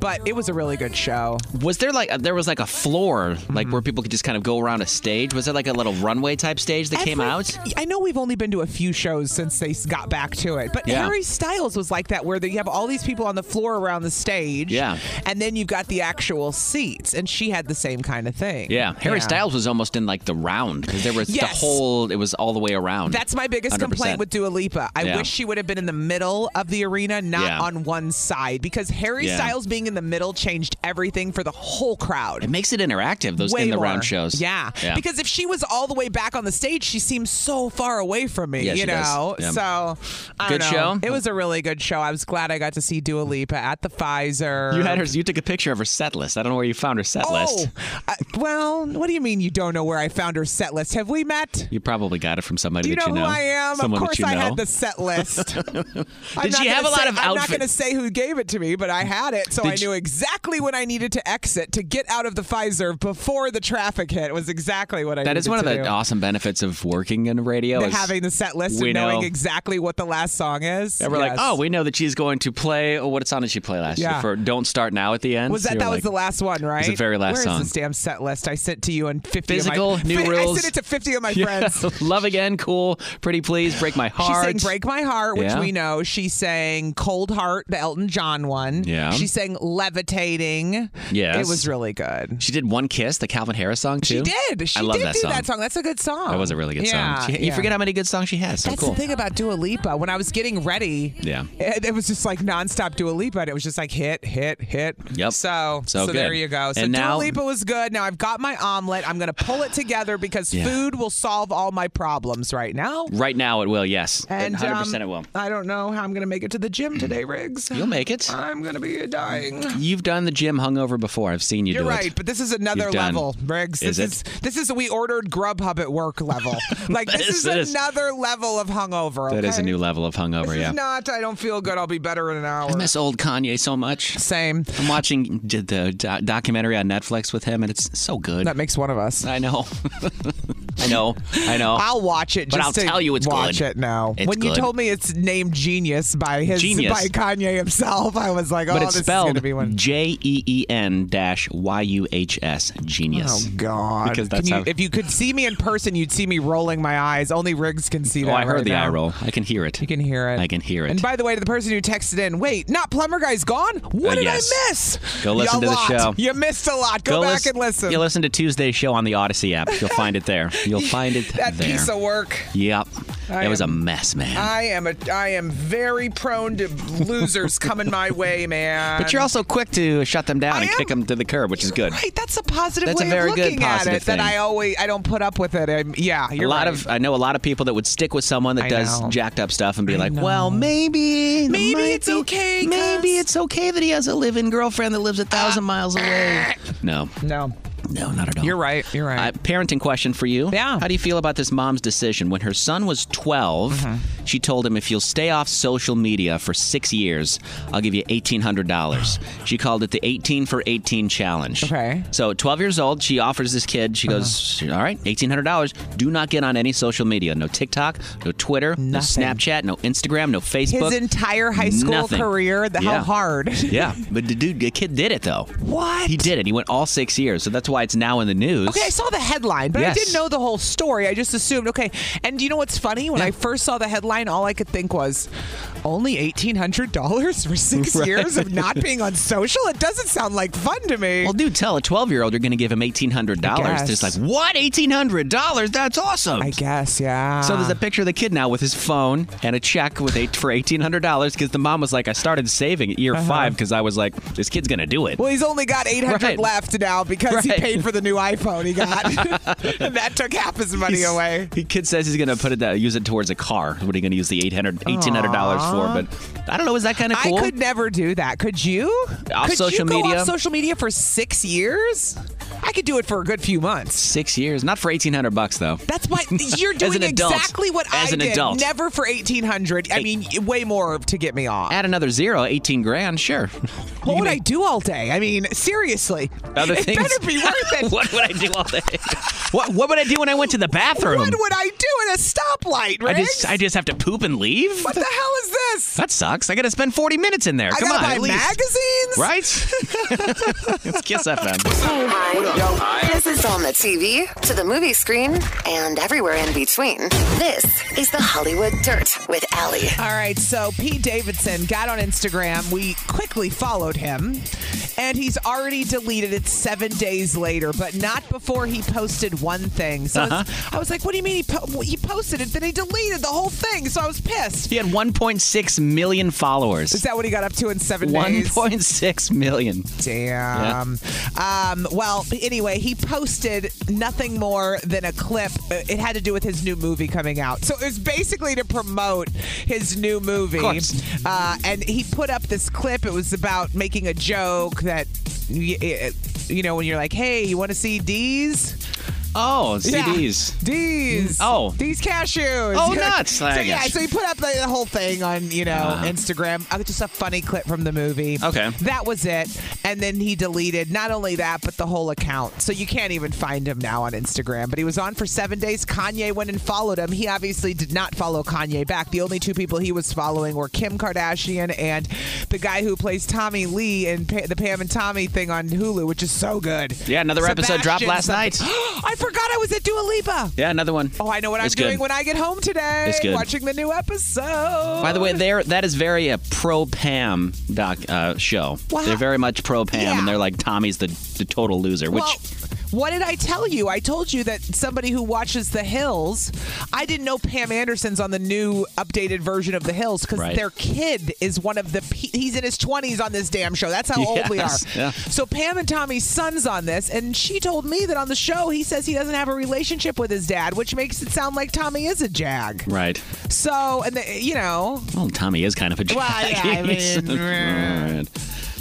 B: but it was a really good show.
C: Was there like there was like a floor
B: Mm-hmm.
C: like where people could just kind of go around a stage? Was there like a little runway type stage that came
B: Every-
C: out?
B: I know we've only been to a few shows since they s- got back to it, but
C: Yeah.
B: Harry Styles was like that, where they- you have all these people on the floor around the stage,
C: Yeah.
B: and then you've got the actual seats, and she had the same kind of thing.
C: Yeah, Harry
B: Yeah.
C: Styles was almost in like the round because there was the
B: Yes.
C: whole. It was all the way around.
B: That's my biggest
C: 100%.
B: complaint with Dua Lipa. I
C: Yeah.
B: wish she would have been in the middle of the arena, not
C: Yeah.
B: on one side, because Harry
C: Yeah.
B: Styles being in the middle changed everything for the whole crowd.
C: It makes it interactive. Those
B: Way
C: in the round
B: more.
C: shows.
B: Yeah. Because if she was all the way back on the stage, she seems so far away from me,
C: Yeah,
B: you
C: she does.
B: know?
C: Yeah.
B: So, I
C: Good
B: don't
C: show?
B: know. It was a really good show. I was glad I got to see Dua Lipa at the Pfizer.
C: you had her. You took a picture of her set list. I don't know where you found her set list.
B: Oh, I- well, what do you mean you don't know where I found her set list? Have we met?
C: You probably got it from somebody
B: Do you
C: that
B: know,
C: you know.
B: who I am?
C: Someone
B: of course,
C: that you
B: I
C: know.
B: had the set list. Did
C: Did she have a lot of
B: I'm not
C: outfit-
B: going to say who gave it to me, but I had it, so
C: Did
B: I
C: she-
B: knew exactly when I needed to exit to get out of the Pfizer before the traffic hit. Was exactly what I.
C: That is
B: needed
C: one of
B: to
C: the
B: do.
C: awesome benefits of working in radio.
B: The
C: is
B: having the set list
C: we
B: and knowing
C: know-
B: exactly what the last song is.
C: And we're like,
B: Yes.
C: oh, we know that she's going to play. Oh, what song did she play last year
B: Yeah.
C: for "Don't Start Now" at the end?
B: Was that
C: You're
B: that
C: like,
B: was the last one, right?
C: the very last
B: Where is
C: song.
B: this damn set list I sent to you and fifty
C: Physical,
B: of my,
C: new
B: Fi-
C: rules.
B: I sent it to fifty of my
C: Yeah.
B: friends.
C: Love again, cool. Pretty please, break my
B: She
C: heart.
B: sang "Break My Heart," which
C: Yeah.
B: we know. She sang "Cold Heart," the Elton John one.
C: Yeah.
B: She sang "Levitating."
C: Yes.
B: It was really good.
C: She did one kiss, the Calvin Harris song too.
B: She did. She
C: I love
B: did
C: that
B: do
C: song.
B: that song. That's a good song.
C: That was a really good
B: yeah,
C: song. She, You
B: yeah.
C: forget how many good songs she has. So
B: That's
C: cool.
B: the thing about Dua Lipa. When I was getting ready,
C: Yeah.
B: it, it was just like nonstop Dua Lipa, and it was just like hit, hit, hit.
C: Yep.
B: So,
C: So
B: so
C: good.
B: there you go. So
C: And
B: Dua
C: now-
B: Lipa was good. Now I've got my omelet. I'm gonna pull it together because
C: Yeah.
B: food will solve all my problems right now.
C: Right now, it will. Yes,
B: And
C: hundred percent, it
B: um,
C: will. Mm.
B: I don't know how I'm gonna make it to the gym today, Riggs.
C: You'll make it.
B: I'm gonna be dying.
C: You've done the gym hungover before. I've seen you
B: uh, You're
C: do
B: right,
C: it.
B: but this is another
C: You've done-
B: level, Riggs.
C: Is
B: This is
C: it?
B: this is we ordered Grubhub at work level. like this
C: This
B: is
C: is-
B: another level of hungover.
C: That is a
B: okay?
C: new level of hungover.
B: This
C: yeah.
B: is not. I don't feel good. I'll be better in an hour.
C: I miss old Kanye so much.
B: Same.
C: I'm watching d- the do- documentary on Netflix with him, and it's so good.
B: That makes one of us.
C: I know. I know. I know.
B: I'll watch it.
C: But
B: just
C: I'll
B: to
C: tell you it's
B: watch
C: good.
B: it now.
C: It's
B: when you
C: good.
B: told me it's named Genius by his
C: Genius.
B: by Kanye himself, I was like, oh,
C: but it's
B: this is gonna
C: spelled
B: be one.
C: J E E N dash Y U H S.
B: Oh
C: Genius.
B: God!
C: Because
B: Can
C: that's
B: you-
C: how-
B: if you could see me in person, you'd see me rolling my eyes. Only Riggs can see that.
C: Oh, I heard
B: right
C: the
B: now.
C: eye roll. I can hear it.
B: You can hear it.
C: I can hear it.
B: And by the way, to the person who texted in, wait, not plumber guy's gone. What
C: Uh,
B: did
C: yes.
B: I miss?
C: Go listen
B: a
C: to the
B: lot.
C: show.
B: You missed a lot. Go, back
C: lis-
B: and listen.
C: You listen to Tuesday's show on the Odyssey app. You'll find it there. You'll find it
B: that
C: there.
B: piece of work.
C: yep.
B: I
C: it was a
B: am-
C: mess, man.
B: I am a I am very prone to losers coming my way, man.
C: but you're also quick to shut them down
B: I
C: and kick
B: am-
C: them to the curb, which is good.
B: right. That's a positive
C: That's a
B: way
C: very
B: of
C: good
B: looking at
C: positive
B: it.
C: thing.
B: That I always I don't put up with it. I'm, yeah,
C: A
B: you're
C: lot
B: right.
C: of I know a lot of people that would stick with someone that
B: I
C: does
B: know.
C: jacked up stuff and be like, well, maybe it
B: Maybe
C: might
B: it's
C: be-
B: okay,
C: Maybe
B: cuz-
C: it's okay that he has a live-in girlfriend that lives a thousand miles away.
B: Ah.
C: No,
B: no.
C: no, not at all.
B: You're right. You're right.
C: Uh, parenting question for you.
B: Yeah.
C: How do you feel about this mom's decision? When her son was 12,
B: Mm-hmm.
C: she told him, if you'll stay off social media for six years, I'll give you $1,800. she called it the 18 for 18 challenge.
B: Okay. Uh-huh.
C: So, 12 years old, she offers this kid, she goes, all right, $1,800. Do not get on any social media. No TikTok, no Twitter, no
B: Nothing.
C: Snapchat, no Instagram, no
B: His
C: Facebook.
B: entire high school
C: Nothing.
B: career, the,
C: Yeah.
B: how hard.
C: yeah, but the dude, the kid did it though.
B: What?
C: He did it. He went all six years, so that's why it's now in the news.
B: Okay, I saw the headline, but
C: Yes.
B: I didn't know the whole story. I just assumed. Okay, and you know what's funny? When I first saw the headline, all I could think was, "Only eighteen hundred dollars for six years of not being on social." It doesn't sound like fun to me.
C: Well, dude, tell a 12 year old you're going to give him $1,800. They're just like,
B: guess.
C: what? $1,800? That's awesome.
B: I guess, yeah.
C: so there's a picture of the kid now with his phone and a check with eight for eighteen hundred dollars because the mom was like, I
B: Uh-huh.
C: started saving at year five because I was like, this kid's gonna do it.
B: well, he's only got eight hundred
C: Right.
B: left now because paid for the new iPhone he got. and that took half his money
C: He's-
B: away.
C: The kid says he's going to put it down, use it towards a car. What are you going to use the 800 $1,800
B: Aw.
C: for? But I don't know. Is that kind of cool?
B: I could never do that. Could you?
C: Off
B: could
C: social
B: you go
C: media?
B: Off social media for six years? I could do it for a good few months.
C: Six years, not for 1800 bucks though.
B: That's why you're
C: As
B: doing
C: an adult.
B: exactly what
C: As
B: I
C: an
B: did.
C: adult.
B: Never for eighteen hundred. I mean, way more to get me off.
C: Add another zero, 18 grand, sure.
B: What would I do all day? I mean, seriously.
C: Other
B: it
C: things.
B: better be worth it.
C: what would I do all day? What What would I do when I went to the bathroom?
B: What would I do at a stoplight,
C: I
B: Riggs?
C: just I just have to poop and leave.
B: what the hell is this?
C: That sucks. I got to spend 40 minutes in there.
B: I
C: Come
B: gotta
C: on,
B: buy
C: at least.
B: magazines.
C: Right? it's Kiss FM.
A: This is on the TV, to the movie screen, and everywhere in between. This is the Hollywood Dirt with Allie.
B: All right, so Pete Davidson got on Instagram. We quickly followed him, and he's already deleted it seven days later, but not before he posted one thing. So it's-
C: Uh-huh.
B: I was like, "What do you mean he po- he posted it? Then he deleted the whole thing?" So I was pissed.
C: He had 1.6 million followers.
B: Is that what he got up to in seven days?
C: 1.6 million.
B: Damn. Um, well, anyway, he posted nothing more than a clip. Uh, It had to do with his new movie coming out. So it was basically to promote his new movie.
C: course.
B: Uh, and he put up this clip. It was about making a joke that, y- y- you know, when you're like, hey, you want to see D's?
C: Oh,
B: Yeah.
C: CDs.
B: D's.
C: Oh.
B: D's cashews.
C: Oh, nuts.
B: so
C: I
B: yeah,
C: guess. Uh-huh.
B: so he put up like, the whole thing on you know Instagram. Uh, just a funny clip from the movie.
C: Okay.
B: that was it. And then he deleted not only that but the whole account. So you can't even find him now on Instagram. But he was on for seven days. Kanye went and followed him. He obviously did not follow Kanye back. The only two people he was following were Kim Kardashian and the guy who plays Tommy Lee in pa- the Pam and Tommy thing on Hulu, which is so good.
C: Yeah, another episode dropped last
B: Sebastian something. I forgot I was at Dua Lipa.
C: Yeah, another one.
B: Oh, I know what
C: It's
B: I'm doing
C: good.
B: when I get home today.
C: It's good.
B: Watching the new episode.
C: By the way, there that is very a pro Pam doc uh, show.
B: Wow.
C: They're very much pro Pam,
B: Yeah.
C: and they're like Tommy's the the total loser. Which
B: well, what did I tell you? I told you that somebody who watches The Hills, I didn't know Pam Anderson's on the new updated version of The Hills because
C: Right.
B: their kid is one of the. pe- He's in his 20s on this damn show. That's how old we are.
C: Yes, yeah.
B: So Pam and Tommy's son's on this, and she told me that on the show he says he doesn't have a relationship with his dad, which makes it sound like Tommy is a jag.
C: right?
B: So, and the, you know,
C: Well, Tommy is kind of a
B: Well, yeah, I
C: jackass.
B: mean,
C: Alright.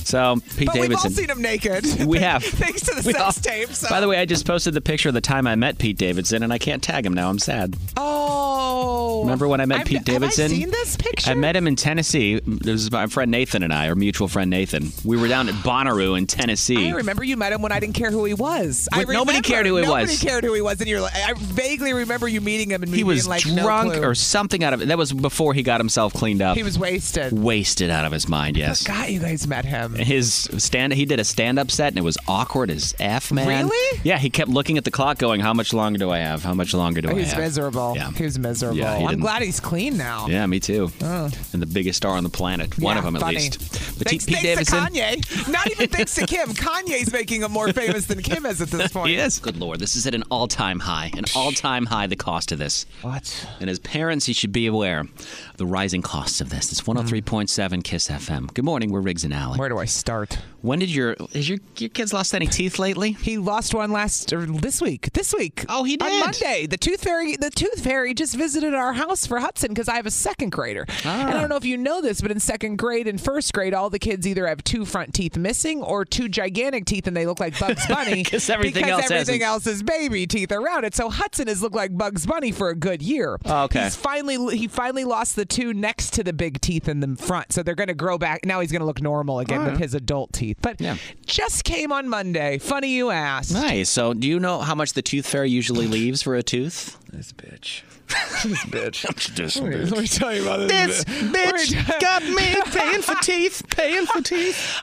C: So Pete
B: but we've all
C: Davidson.
B: seen him naked.
C: we have.
B: thanks to the
C: We
B: sex
C: all-
B: tape. So.
C: By the way, I just posted the picture of the time I met Pete Davidson, and I can't tag him now. I'm sad.
B: Oh.
C: Remember when I met
B: I've-
C: Pete Davidson?
B: Have I seen this picture?
C: I met him in Tennessee. It was my friend Nathan and I, our mutual friend Nathan. We were down at Bonnaroo in Tennessee.
B: I remember you met him when I didn't care who he was. I
C: When nobody
B: remember-
C: cared who he was.
B: Nobody cared who he was, and you're like, I vaguely remember you meeting him and me
C: he was
B: being like, no
C: drunk
B: clue.
C: or something out of it. That was before he got himself cleaned up.
B: he was wasted.
C: wasted out of his mind. Yes.
B: God, you guys met him.
C: His stand he did a stand up set and it was awkward as F man.
B: Really?
C: Yeah, he kept looking at the clock going, How much longer do I have? How much longer do I
B: He
C: have?
B: was miserable.
C: Yeah.
B: He was miserable.
C: Yeah, he
B: I'm
C: didn't-
B: glad he's clean now.
C: Yeah, me too. And the biggest star on the planet. One
B: Yeah,
C: of them at
B: funny.
C: least. But
B: Thanks,
C: Pete
B: thanks
C: Davidson.
B: to Kanye. Not even thanks to Kim. Kanye's making him more famous than Kim is at this point.
C: He is. Good lord, this is at an all-time high. An all-time high. The cost of this. What? And as parents, you should be aware of the rising costs of this. It's 103.7 Kiss FM. Good morning. We're Riggs and Alley.
B: Where do I start?
C: When did your has your your kids lost any teeth lately?
B: He lost one last or this week. This week.
C: Oh, he
B: On
C: did.
B: Monday, the tooth fairy, the tooth fairy just visited our house for Hudson because I have a second grader. And
C: Ah.
B: I don't know if you know this, but in second grade and first grade, all the kids either have two front teeth missing or two gigantic teeth, and they look like Bugs Bunny
C: 'Cause everything
B: because
C: else
B: everything
C: hasn't.
B: else is baby teeth around it. So Hudson has looked like Bugs Bunny for a good year.
C: Oh, okay.
B: He's finally he finally lost the two next to the big teeth in the front, so they're going to grow back. Now he's going to look normal again with his adult teeth. But
C: Yeah.
B: just came on Monday. Funny you asked.
C: Nice. So, do you know how much the tooth fairy usually leaves for a tooth?
B: Let me tell you about this. bitch
C: got me paying for teeth, paying for teeth.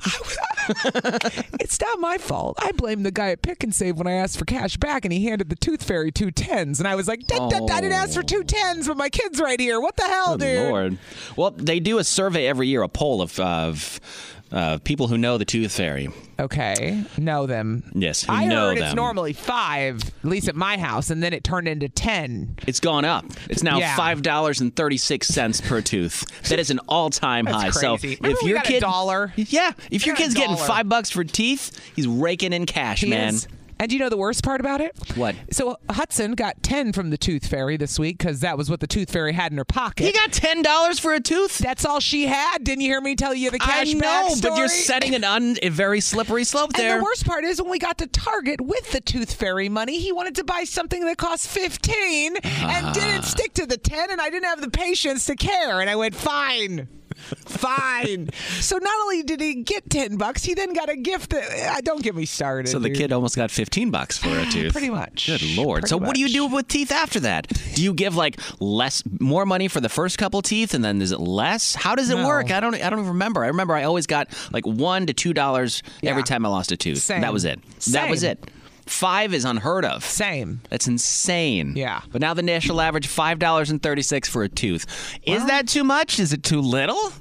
B: it's not my fault. I blame the guy at Pick and Save when I asked for cash back, and he handed the Tooth Fairy two tens, and I was like, "Duh, duh, duh, I didn't ask for two tens, but my kid's right here. What the hell, dude?
C: Lord. Well, they do a survey every year, a poll of of uh, people who know the tooth fairy.
B: Okay, know them.
C: Yes, who
B: I
C: know
B: heard it's
C: them.
B: normally five, at least at my house, and then it turned into ten.
C: It's gone up. It's now
B: Yeah.
C: five dollars and thirty six cents per tooth. That is an all time high.
B: That's
C: So,
B: crazy. Remember
C: if
B: we
C: your
B: got a
C: kid
B: dollar?
C: yeah, if your
B: got a
C: kid's getting
B: dollar.
C: five bucks for teeth, he's raking in cash,
B: He
C: man.
B: is- And do you know the worst part about it?
C: What?
B: So Hudson got 10 from the Tooth Fairy this week because that was what the Tooth Fairy had in her pocket.
C: He got $10 for a tooth?
B: That's all she had. Didn't you hear me tell you the
C: I
B: cash
C: know, but you're
B: backstory?
C: setting an un, a very slippery slope there.
B: And the worst part is when we got to Target with the Tooth Fairy money, he wanted to buy something that cost 15
C: Ah.
B: and didn't stick to the 10 and I didn't have the patience to care and I went fine. Fine. so not only did he get 10 bucks, he then got a gift that uh, don't get me started.
C: so the
B: dude.
C: kid almost got 15 bucks for a tooth.
B: Pretty much.
C: Good lord. So
B: Pretty
C: what do you do with teeth after that? Do you give like less more money for the first couple teeth and then is it less? How does it
B: No.
C: work? I don't I don't even remember. I remember I always got like 1 to 2 dollars every time I lost a tooth.
B: Same.
C: That was it. That was
B: Same.
C: it. 5 is unheard of.
B: Same.
C: That's insane.
B: Yeah.
C: But now the national average $5.36 for a tooth. Is
B: Well-
C: that too much? Is it too little?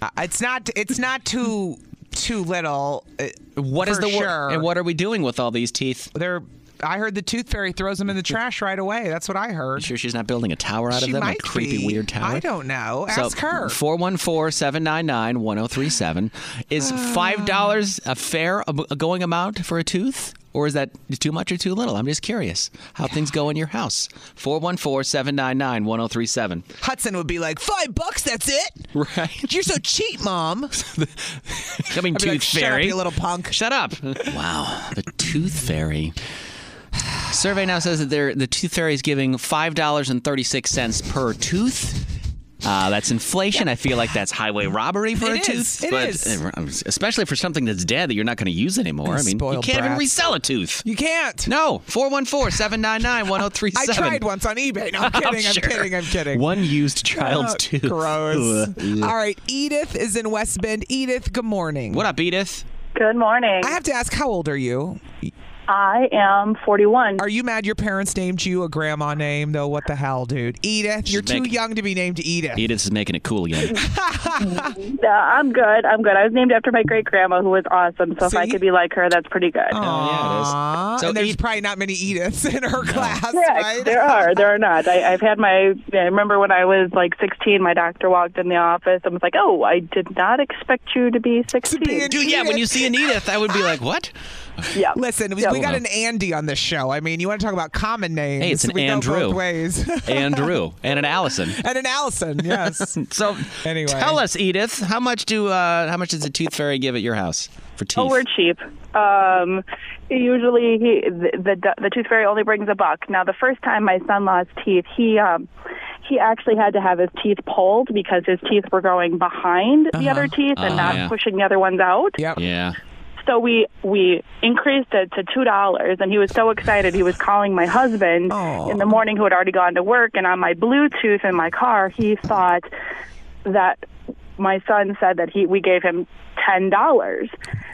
B: Uh, It's not it's not too too little. uh,
C: What is
B: for
C: the wor-
B: sure.
C: and what are we doing with all these teeth?
B: They're I heard the tooth fairy throws them in the trash right away. That's what I heard.
C: Sure, she's not building a tower out
B: She
C: of them,
B: might
C: a creepy,
B: be.
C: weird tower.
B: I don't know. Ask her.
C: 414 799 1037. Is $5 a fair ab- going amount for a tooth? Or is that too much or too little? I'm just curious how things go in your house. 414 799 1037.
B: Hudson would be like, five bucks, that's it?
C: Right.
B: You're so cheap, mom.
C: Coming
B: I'd
C: tooth
B: be like, "Shut up,
C: fairy.
B: you little punk.
C: Shut up. wow. The tooth fairy. Survey now says that they're, the tooth fairy is giving $5.36 per tooth. Uh, that's inflation. I feel like that's highway robbery for
B: It
C: a
B: is.
C: tooth.
B: It
C: but uh,
B: is.
C: especially for something that's dead that you're not going to use anymore. I mean, you
B: spoiled
C: can't even
B: brats.
C: resell a tooth.
B: You can't.
C: No. 414 799
B: I
C: 1037.
B: tried once on eBay. No, I'm kidding. I'm, kidding. I'm kidding.
C: One used child's
B: Oh,
C: tooth.
B: Gross.
C: Ugh.
B: All right. Edith is in West Bend. Edith, good morning.
C: What up, Edith?
J: Good morning.
B: I have to ask, how old are you?
J: I am 41.
B: Are you mad your parents named you a grandma name, though? What the hell, dude? Edith, you're too
C: making-
B: young to be named Edith.
C: Edith's is making it cool again.
J: No, I'm good. I'm good. I was named after my great grandma, who was awesome. So if I could be like her, that's pretty good.
C: Oh,
B: Aww.
C: So E-
B: and there's
C: Ed-
B: probably not many Ediths in her class,
J: Correct.
B: right?
J: There are. There are not. I, I've had my. I remember when I was like 16, my doctor walked in the office and was like, "Oh, I did not expect you to be 16."
C: Dude, yeah, when you see an Edith, I would be like, what?
J: yeah.
B: Listen, we,
J: Yeah.
B: we got an Andy on this show. I mean, you want to talk about common names?
C: Hey, it's an
B: we go
C: Andrew.
B: both ways.
C: And Drew. And an Allison.
B: and an Allison, yes.
C: So
B: Anyway.
C: tell us, Edith, how much do uh, how much does the tooth fairy give at your house for teeth?
J: Oh, we're cheap. Um, usually, he, the, the the tooth fairy only brings a buck. Now, the first time my son lost teeth, he um, he actually had to have his teeth pulled because his teeth were going behind the other teeth and
C: Ah,
J: not
C: yeah.
J: pushing the other ones out.
B: Yep.
C: yeah.
J: So we we increased it to two dollars, and he was so excited. He was calling my husband in the morning, who had already gone to work, and on my Bluetooth in my car, he thought that my son said that he we gave him ten dollars,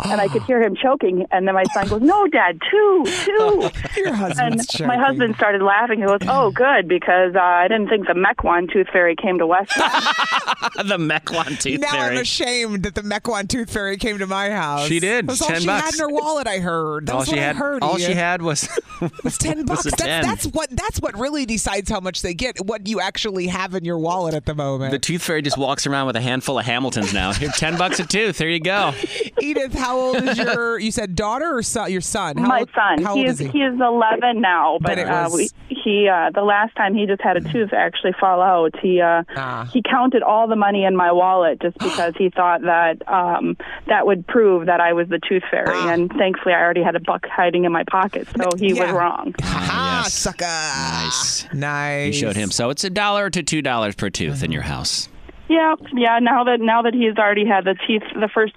J: and I could hear him choking. And then my son goes, "No, Dad, two, two.
B: Your
J: And
B: husband's
J: my
B: joking.
J: husband started laughing. He goes, "Oh, good, because uh, I didn't think the Mequon Tooth Fairy came to West."
C: the Mequon tooth
B: Now
C: fairy.
B: I'm ashamed that the Mequon Tooth Fairy came to my house.
C: She did.
B: That's all
C: 10
B: she had
C: bucks.
B: in her wallet. I heard. That's
C: all
B: what
C: she
B: I
C: had
B: heard.
C: all she
B: Ian.
C: had was
B: was ten
C: was
B: bucks.
C: a
B: That's,
C: 10.
B: that's what. That's what really decides how much they get. What you actually have in your wallet at the moment.
C: the tooth fairy just walks around with a handful of Hamiltons now. Here, ten bucks a tooth. Here you go.
B: Edith, how old is your? You said daughter or son? Your son? How
J: my
B: old,
J: son.
B: How
J: he
B: old
J: is
B: is he?
J: he is 11 now,
B: But
J: but,
B: it
J: uh, we,
B: was- Hmm.
J: he uh, the last time he just had a tooth actually fall out. He uh,
B: Ah.
J: he counted all the money in my wallet just because he thought that um, that would prove that I was the tooth fairy, and thankfully I already had a buck hiding in my pocket, so he was
B: Ah. Yeah.
J: wrong.
B: Ah, sucker.
C: Nice.
B: Nice.
C: You showed him. So it's a dollar to two dollars per tooth in your house.
J: Yeah, yeah. Now that now that he's already had the teeth, the first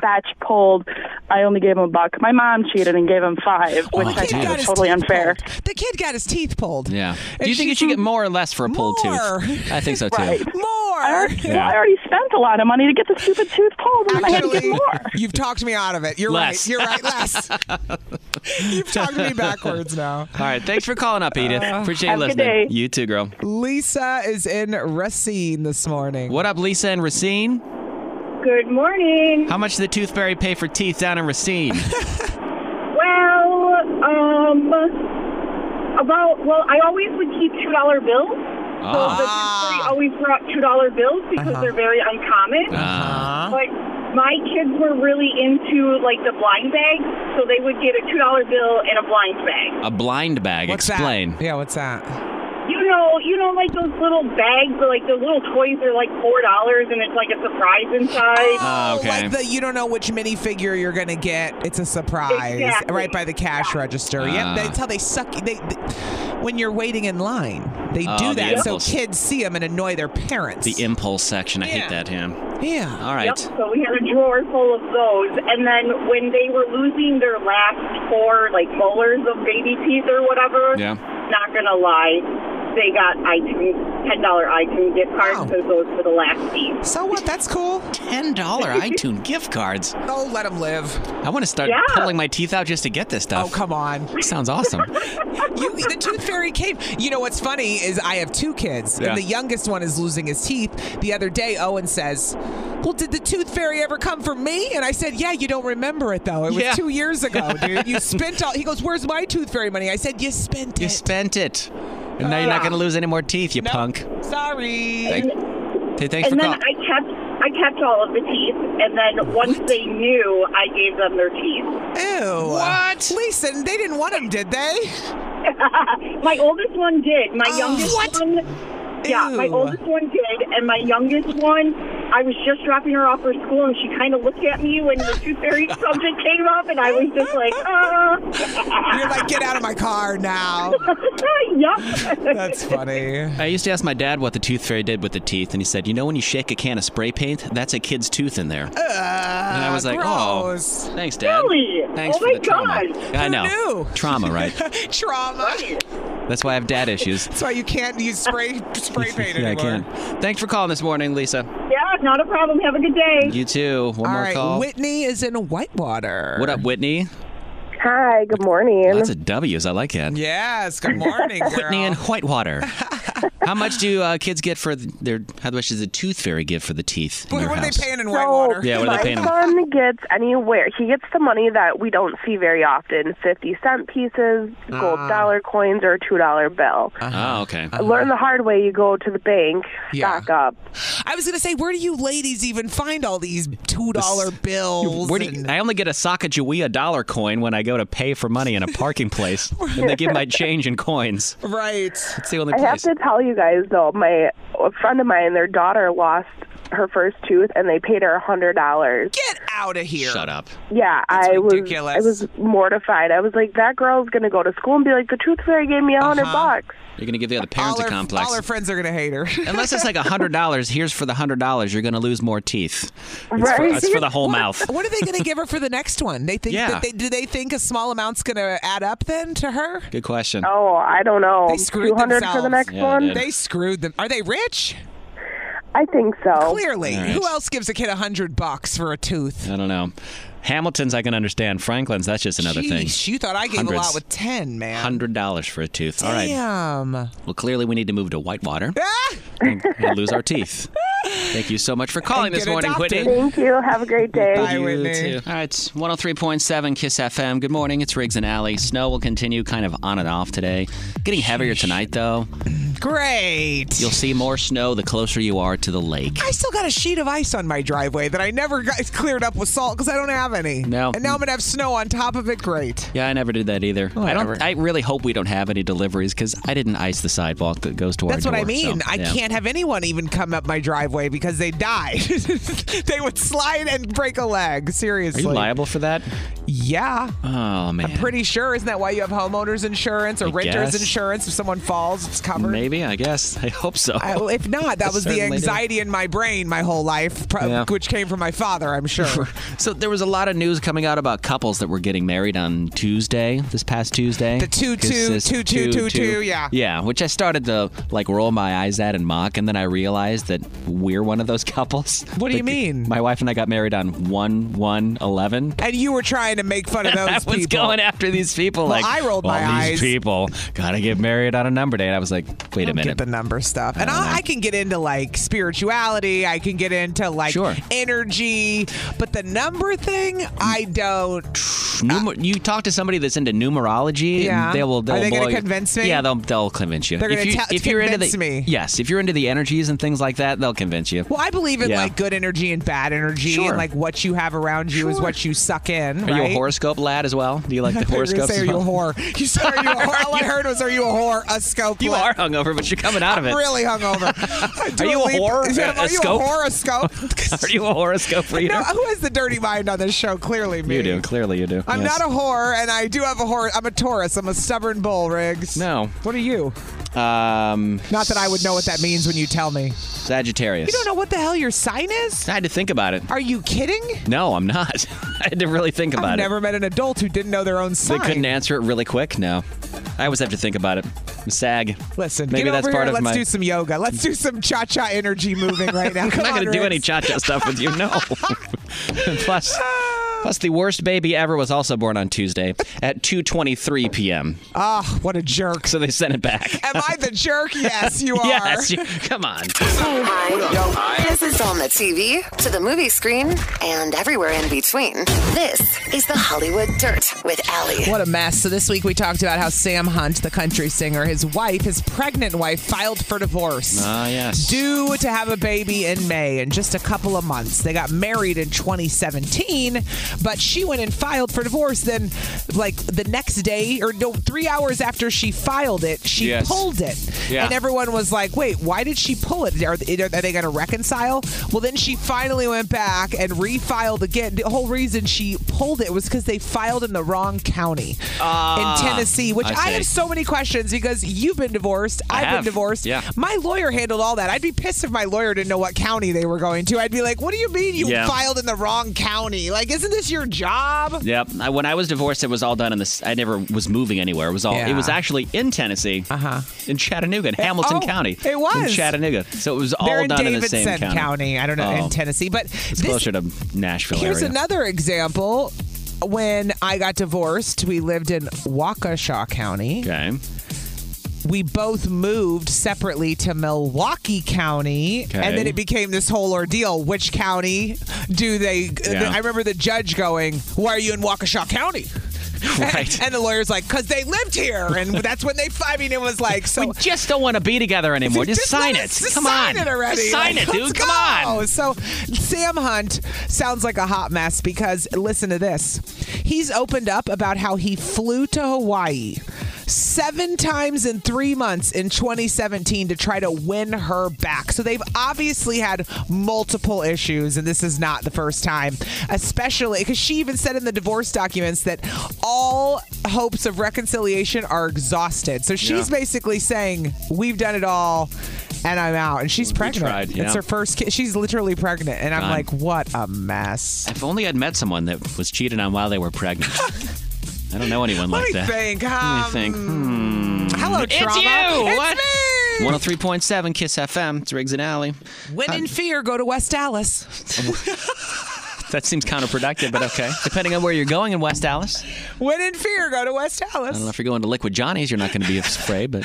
J: batch pulled, I only gave him a buck. My mom cheated and gave him five,
B: Well,
J: which
B: Oh, the
J: I
B: kid
J: think
B: got
J: was
B: his
J: totally
B: teeth
J: unfair.
B: pulled. The kid got his teeth pulled.
C: Yeah.
B: And
C: Do you think you
B: she's
C: should get more or less for a pulled
B: More.
C: tooth? I think so too.
J: Right.
B: More.
J: Well, I already spent a lot of money to get the stupid tooth pulled, and then I had to get
B: Actually,
J: more.
B: You've talked me out of it. You're
C: Less.
B: right. You're right. Less. you've talked me backwards Uh, now.
C: All right. Thanks for calling up, Edith. Appreciate you
J: have a good
C: listening.
J: day.
C: You too, girl.
B: Lisa is in Racine this morning.
C: What up, Lisa and Racine?
K: Good morning.
C: How much did the tooth fairy pay for teeth down in Racine?
K: Well, um, about well, I always would keep two dollar bills. So the
C: Ah.
K: delivery always brought two dollar bills because
B: Uh-huh.
K: they're very uncommon.
C: Uh,
K: But my kids were really into like the blind bags, so they would get a two dollar bill and a blind bag.
C: A blind bag.
B: What's that?
C: Explain.
B: Yeah, what's that?
K: You know, you know, like those little bags, or like the little toys are like four dollars, and it's like a surprise inside.
C: Ah,
B: Oh, Like the you don't know which minifigure you're gonna get. It's a surprise,
K: Exactly.
B: right by the cash register.
C: Ah.
B: Yep, that's how they suck. They, they when you're waiting in line, they
C: Oh,
B: do
C: the
B: that so
C: impulse.
B: kids see them and annoy their parents.
C: The impulse section. I hate that him.
B: Yeah.
C: All right.
K: Yep, so we had a drawer full of those. And then when they were losing their last four, like, molars of baby teeth or whatever,
C: Yeah.
K: not going to lie, they got iTunes, $10 iTunes gift cards because those were the last teeth.
B: So what? That's cool.
C: Ten dollar iTunes gift cards.
B: Oh, let them live.
C: I want to start
B: Yeah.
C: pulling my teeth out just to get this stuff. Oh, come
B: on.
C: Sounds awesome.
B: you, the tooth fairy came. You know what's funny is I have two kids,
C: Yeah.
B: and the youngest one is losing his teeth. The other day, Owen says, "Well, did the tooth fairy ever come for me?" And I said, "Yeah, you don't remember it though. It was
C: Yeah.
B: two years ago, dude. You spent all." He goes, "Where's my tooth fairy money?" I said, "You spent
C: you
B: it.
C: spent it. And now you're
B: Yeah.
C: not going to lose any more teeth, you punk.
B: Sorry."
C: Thank- hey, thanks
K: and
C: for
K: then
C: calling.
K: I kept I kept all of the teeth. And then once they knew, I gave them their teeth.
B: Ew. What? Lisa, they didn't want him, did they?
K: my oldest one did. My
C: Oh,
K: youngest one. Yeah, my
B: Ew.
K: oldest one did, and my youngest one, I was just dropping her off for school, and she kind of looked at me when the tooth fairy subject came up, and I was just like, uh.
B: You're like, get out of my car now.
K: yup.
B: That's funny.
C: I used to ask my dad what the tooth fairy did with the teeth, and he said, "You know, when you shake a can of spray paint, that's a kid's tooth in there."
B: Uh,
C: and I was
B: Ah,
C: like, "Oh, thanks, Dad.
B: Really?
C: Thanks
B: Oh
C: for
B: my
C: the trauma."
B: God.
C: I
B: Who
C: know
B: knew?
C: trauma, right?
B: Trauma.
C: That's why I have dad issues.
B: That's why you can't use spray spray paint
C: yeah, I
B: anymore.
C: can. Thanks for calling this morning, Lisa.
K: Yeah, Ah, not a problem. Have a good day.
C: You too. One
B: All
C: more
B: right,
C: call.
B: Whitney is in Whitewater.
C: What up, Whitney?
L: Hi, good morning.
C: Lots of W's. I like that.
B: Yes. Good morning, girl.
C: Whitney in Whitewater. How much do uh, kids get for their? How much does the tooth fairy give for the teeth? in
B: What
C: their
B: are they
C: house?
B: paying in Whitewater?
C: Yeah, what are they
L: My
C: paying them?
L: son gets anywhere. He gets the money that we don't see very often 50 cent pieces, gold
C: Ah.
L: dollar coins, or a $2 bill.
C: Oh, okay.
L: Learn the hard way. You go to the bank,
B: Yeah.
L: stock up.
B: I was gonna say, where do you ladies even find all these two dollar bills?
C: Where do you, I only get a Sacagawea dollar coin when I go to pay for money in a parking place, and they give my change in coins.
B: Right.
C: It's the only
L: I have
C: place.
L: to tell you guys, though, my a friend of mine, their daughter lost her first tooth and they paid her a $100.
B: Get out of here. Shut up.
L: Yeah, I
B: ridiculous.
L: was I was mortified. I was like, that girl's gonna go to school and be like, the tooth fairy gave me a 100
C: Uh-huh.
L: bucks.
C: You're gonna give the other parents
B: all
C: a
B: our,
C: complex.
B: All our friends are gonna hate her.
C: Unless it's like a hundred dollars. Here's for the hundred dollars. You're gonna lose more teeth. It's for, it's for the whole
B: What-
C: mouth.
B: What are they going to give her for the next one? They think
C: Yeah.
B: that they, do they think a small amount's going to add up then to her?
C: Good question.
L: Oh, I don't know.
B: They screwed
L: 200
B: themselves.
L: for the next one.
B: They screwed them. Are they rich?
L: I think so.
B: Clearly.
C: All right.
B: Who else gives a kid a hundred bucks for a tooth?
C: I don't know. Hamilton's I can understand. Franklin's that's just another thing.
B: Sheesh, you thought I gave a lot
C: Hundreds.
B: with ten, man.
C: Hundred dollars for a tooth. All right.
B: Damn.
C: Well, clearly we need to move to Whitewater
B: Ah!
C: and, and lose our teeth. Thank you so much for calling this morning, Whitney.
L: Thank you. Have a great day.
C: You too. All right, 103.7 Kiss FM. Good morning. It's Riggs and Alley. Snow will continue kind of on and off today. Getting heavier tonight, though.
B: Great.
C: You'll see more snow the closer you are to the lake.
B: I still got a sheet of ice on my driveway that I never got cleared up with salt because I don't have any.
C: No.
B: And now I'm gonna have snow on top of it. Great.
C: Yeah, I never did that either.
B: Oh,
C: I don't. I really hope we don't have any deliveries because I didn't ice the sidewalk that goes to our
B: That's what I
C: door, so,
B: mean. I
C: yeah.
B: can't have anyone even come up my driveway because they die. they would slide and break a leg.
C: Are
B: Seriously.
C: you liable for that?
B: Yeah.
C: Oh man.
B: I'm pretty sure. Isn't that why you have homeowners insurance or
C: I
B: renters
C: guess.
B: insurance? If someone falls, it's covered.
C: Maybe. I guess. I hope so.
B: I, well, if not,
C: I
B: that was the
C: certainly do.
B: anxiety in my brain my whole life, pro-
C: Yeah.
B: uh, which came from my father, I'm sure.
C: So there was a lot of news coming out about couples that were getting married on Tuesday, this past Tuesday. The
B: two, two, two, two, two, two, yeah.
C: Yeah, which I started to like roll my eyes at and mock, and then I realized that we're one of those couples.
B: What do you
C: mean? My wife and I got married on one one eleven.
B: and you were trying trying to make fun of those
C: I was
B: people.
C: going after these people.
B: Well,
C: like
B: I rolled
C: "Well,
B: my eyes."
C: These people gotta get married on a number day, and I was like, wait a
B: Don't get
C: minute. Uh,
B: the number stuff, and I, I can get into like spirituality. I can get into like
C: Sure.
B: energy, but the number thing, I don't.
C: Numer- you talk to somebody that's into numerology,
B: Yeah.
C: and they will.
B: Are
C: They'll
B: they gonna
C: blow you-
B: convince me?
C: Yeah, they'll they'll convince you.
B: They're
C: if
B: gonna
C: you,
B: tell-
C: if you're into
B: convince
C: the,
B: me.
C: Yes, if you're into the energies and things like that, they'll convince you.
B: Well, I believe in
C: Yeah.
B: like good energy and bad energy,
C: Sure.
B: and like what you have around you is what you suck in.
C: Are
B: right?
C: you a horoscope lad as well? Do you like the
B: They were gonna
C: horoscopes?
B: say,
C: as
B: "Are you a
C: well?
B: whore?" You said, "Are you a whore?" All I heard was, "Are you a whore?" A scope.
C: You
B: lip."
C: are hungover, but you're coming out of it.
B: I'm really hungover. I do
C: Are you a
B: leap-
C: whore?
B: Yeah,
C: A- a
B: Are you
C: scope?
B: a horoscope?
C: Are you a horoscope reader?
B: No, who has the dirty mind on this show? Clearly me.
C: you do. Clearly, you do.
B: I'm
C: yes.
B: not a whore, and I do have a whore. I'm a Taurus. I'm a stubborn bull, Riggs.
C: No.
B: What are you?
C: Um,
B: Not that I would know what that means when you tell me.
C: Sagittarius.
B: You don't know what the hell your sign is?
C: I had to think about it.
B: Are you kidding?
C: No, I'm not. I had to really think about
B: I've
C: it.
B: never met an adult who didn't know their own sign.
C: They couldn't answer it really quick. No, I always have to think about it. Sag.
B: Listen,
C: maybe
B: get
C: that's
B: over
C: part
B: here.
C: of
B: Let's
C: my.
B: do some yoga. Let's do some cha-cha energy moving right now.
C: I'm
B: Come
C: not
B: on,
C: going to do
B: Riggs.
C: any cha-cha stuff with you. No. plus,
B: Ah.
C: plus the worst baby ever was also born on Tuesday at 2:23 p.m.
B: Ah, what a jerk.
C: So they sent it back.
B: Am I the jerk? Yes, you are.
C: yes. you- come on.
A: This is on the TV, to the movie screen, and everywhere in between. This is the Hollywood Dirt with Allie.
B: What a mess. So, this week we talked about how Sam Hunt, the country singer, his wife, his pregnant wife, filed for divorce.
C: Ah, yes.
B: Due to have a baby in May in just a couple of months. They got married in 2017, but she went and filed for divorce. Then, like the next day, or no, three hours after she filed it, she
M: Yes.
B: pulled it.
M: Yeah.
B: And everyone was like, wait, why did she pull it? Are, are they going to reconcile? Well, then she finally went back and refiled again. The whole reason she pulled it was because they filed in the wrong county
C: Ah,
B: in Tennessee, which
C: I
B: I,
C: see.
B: have so many questions because you've been divorced,
C: I
B: I've
C: have.
B: been divorced.
C: Yeah.
B: My lawyer handled all that. I'd be pissed if my lawyer didn't know what county they were going to. I'd be like, what do you mean you
C: Yeah.
B: filed in the wrong county? Like, isn't this your job?
C: Yep. I, when I was divorced, it was all done in this. I never was moving anywhere. It was all. It was
B: Yeah.
C: actually in Tennessee, uh-huh. in Chattanooga, in Hamilton
B: oh,
C: County.
B: it was.
C: in Chattanooga. So it was all
B: They're in
C: done in the
B: Davidson
C: same county.
B: I don't know,
C: Oh.
B: in Tennessee. But
C: It's
B: this
C: closer to Nashville
B: Here's
C: area.
B: another example. When I got divorced, we lived in Waukesha County.
C: Okay.
B: We both moved separately to Milwaukee County, and then
C: Okay.
B: it became this whole ordeal. Which county do they?
C: Yeah.
B: I remember the judge going, "Why are you in Waukesha County?"
C: Right.
B: And the lawyer's like, "Cause they lived here, and that's when they." I mean, it was like so.
C: we just don't want to be together anymore. Just,
B: Just
C: sign
B: let
C: it.
B: us just
C: Come
B: sign
C: on.
B: it already.
C: Just sign
B: Like,
C: it, dude.
B: let's
C: Come on.
B: go. So Sam Hunt sounds like a hot mess because listen to this. He's opened up about how he flew to Hawaii seven times in three months in 2017 to try to win her back. So they've obviously had multiple issues, and this is not the first time, especially because she even said in the divorce documents that all hopes of reconciliation are exhausted. So she's
C: Yeah.
B: basically saying, We've done it all. And I'm out, and she's pregnant.
C: tried, yeah.
B: It's her first kid. She's literally pregnant, and I'm
C: God.
B: like, what a mess.
C: If only I'd met someone that was cheated on while they were pregnant. I don't know anyone
B: Let
C: like
B: me
C: that.
B: think.
C: Let me
B: Um,
C: think. Hmm.
B: Hello,
C: it's
B: trauma.
C: you.
B: It's
C: what?
B: me.
C: 103.7 Kiss FM. It's Riggs and Alley.
B: When
C: Uh,
B: in fear, go to West Dallas.
C: That seems counterproductive, but okay. Depending on where you're going in West Dallas.
B: when in fear, go to West
C: I don't know
B: Dallas.
C: if you're going to Liquid Johnny's, you're not going to be afraid, but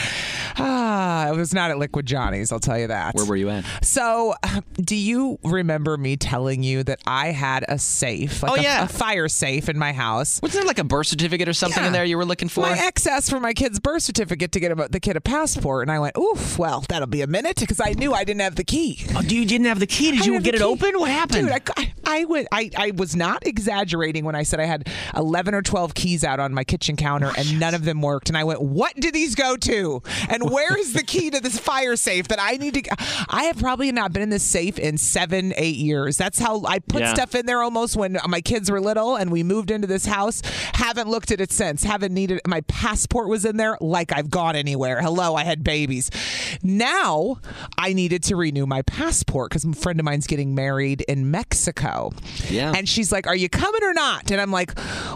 B: Ah, it was not at Liquid Johnny's, I'll tell you that.
C: Uh, where were you at?
B: So, do you remember me telling you that I had a safe, like
C: Oh,
B: a,
C: yeah.
B: a fire safe in my house?
C: Was there like a birth certificate or something in
B: Yeah.
C: there you were looking for?
B: My ex asked for my kid's birth certificate to get him a, the kid a passport, and I went, "Oof, well, that'll be a minute," because I knew I didn't have the key.
C: oh, you didn't have the key? Did
B: I
C: you
B: didn't
C: get it
B: have the key.
C: open? What happened?
B: Dude, I, I- I went. I, I was not exaggerating when I said I had eleven or twelve keys out on my kitchen counter, and none of them worked. And I went, "What do these go to? And where is the key to this fire safe that I need to?" I have probably not been in this safe in seven, eight years. That's how I put
C: Yeah.
B: stuff in there almost when my kids were little, and we moved into this house. Haven't looked at it since. Haven't needed. My passport was in there, like I've gone anywhere. Hello, I had babies. Now I needed to renew my passport because a friend of mine's getting married in Mexico.
C: Yeah.
B: And she's like, Are you coming or not? And I'm like,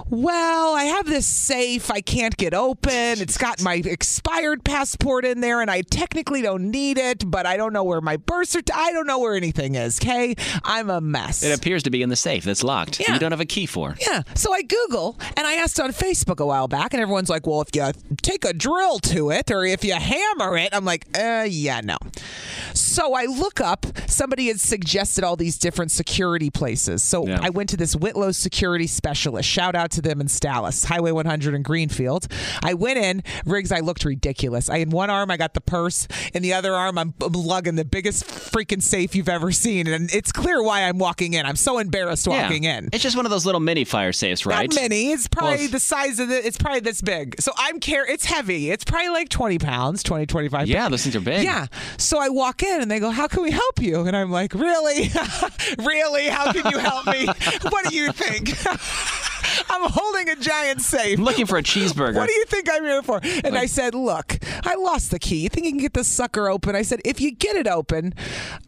B: Well, I have this safe. I can't get open. It's got my expired passport in there, and I technically don't need it, but I don't know where my birth certificate, I don't know where anything is, okay? I'm a mess.
C: It appears to be in the safe that's locked. that You don't have a key for.
B: Yeah. So I Google and I asked on Facebook a while back, and everyone's like, well, if you take a drill to it or if you hammer it, I'm like, uh, yeah, no. So I look up, somebody had suggested all these different security places. So I went to this Whitlow security specialist. Shout out to them in Dallas, Highway 100 in Greenfield. I went in, Riggs, I looked ridiculous. I in one arm I got the purse, in the other arm I'm I'm lugging the biggest freaking safe you've ever seen. And it's clear why I'm walking in. I'm so embarrassed walking
C: yeah.
B: in.
C: It's just one of those little mini fire safes, right?
B: Not many. It's probably
C: Well,
B: the size of the. It's probably this big. So I'm care. It's heavy. It's probably like 20 pounds, 20, 25.
C: Yeah,
B: pounds.
C: those things are big.
B: Yeah. So I walk in and they go, "How can we help you?" And I'm like, "Really, really? How can you help me? what do you think?" I'm holding a giant safe.
C: I'm looking for a cheeseburger.
B: What do you think I'm here for? And I
C: Like-
B: said, Look, I lost the key. You think you can get this sucker open? I said, If you get it open,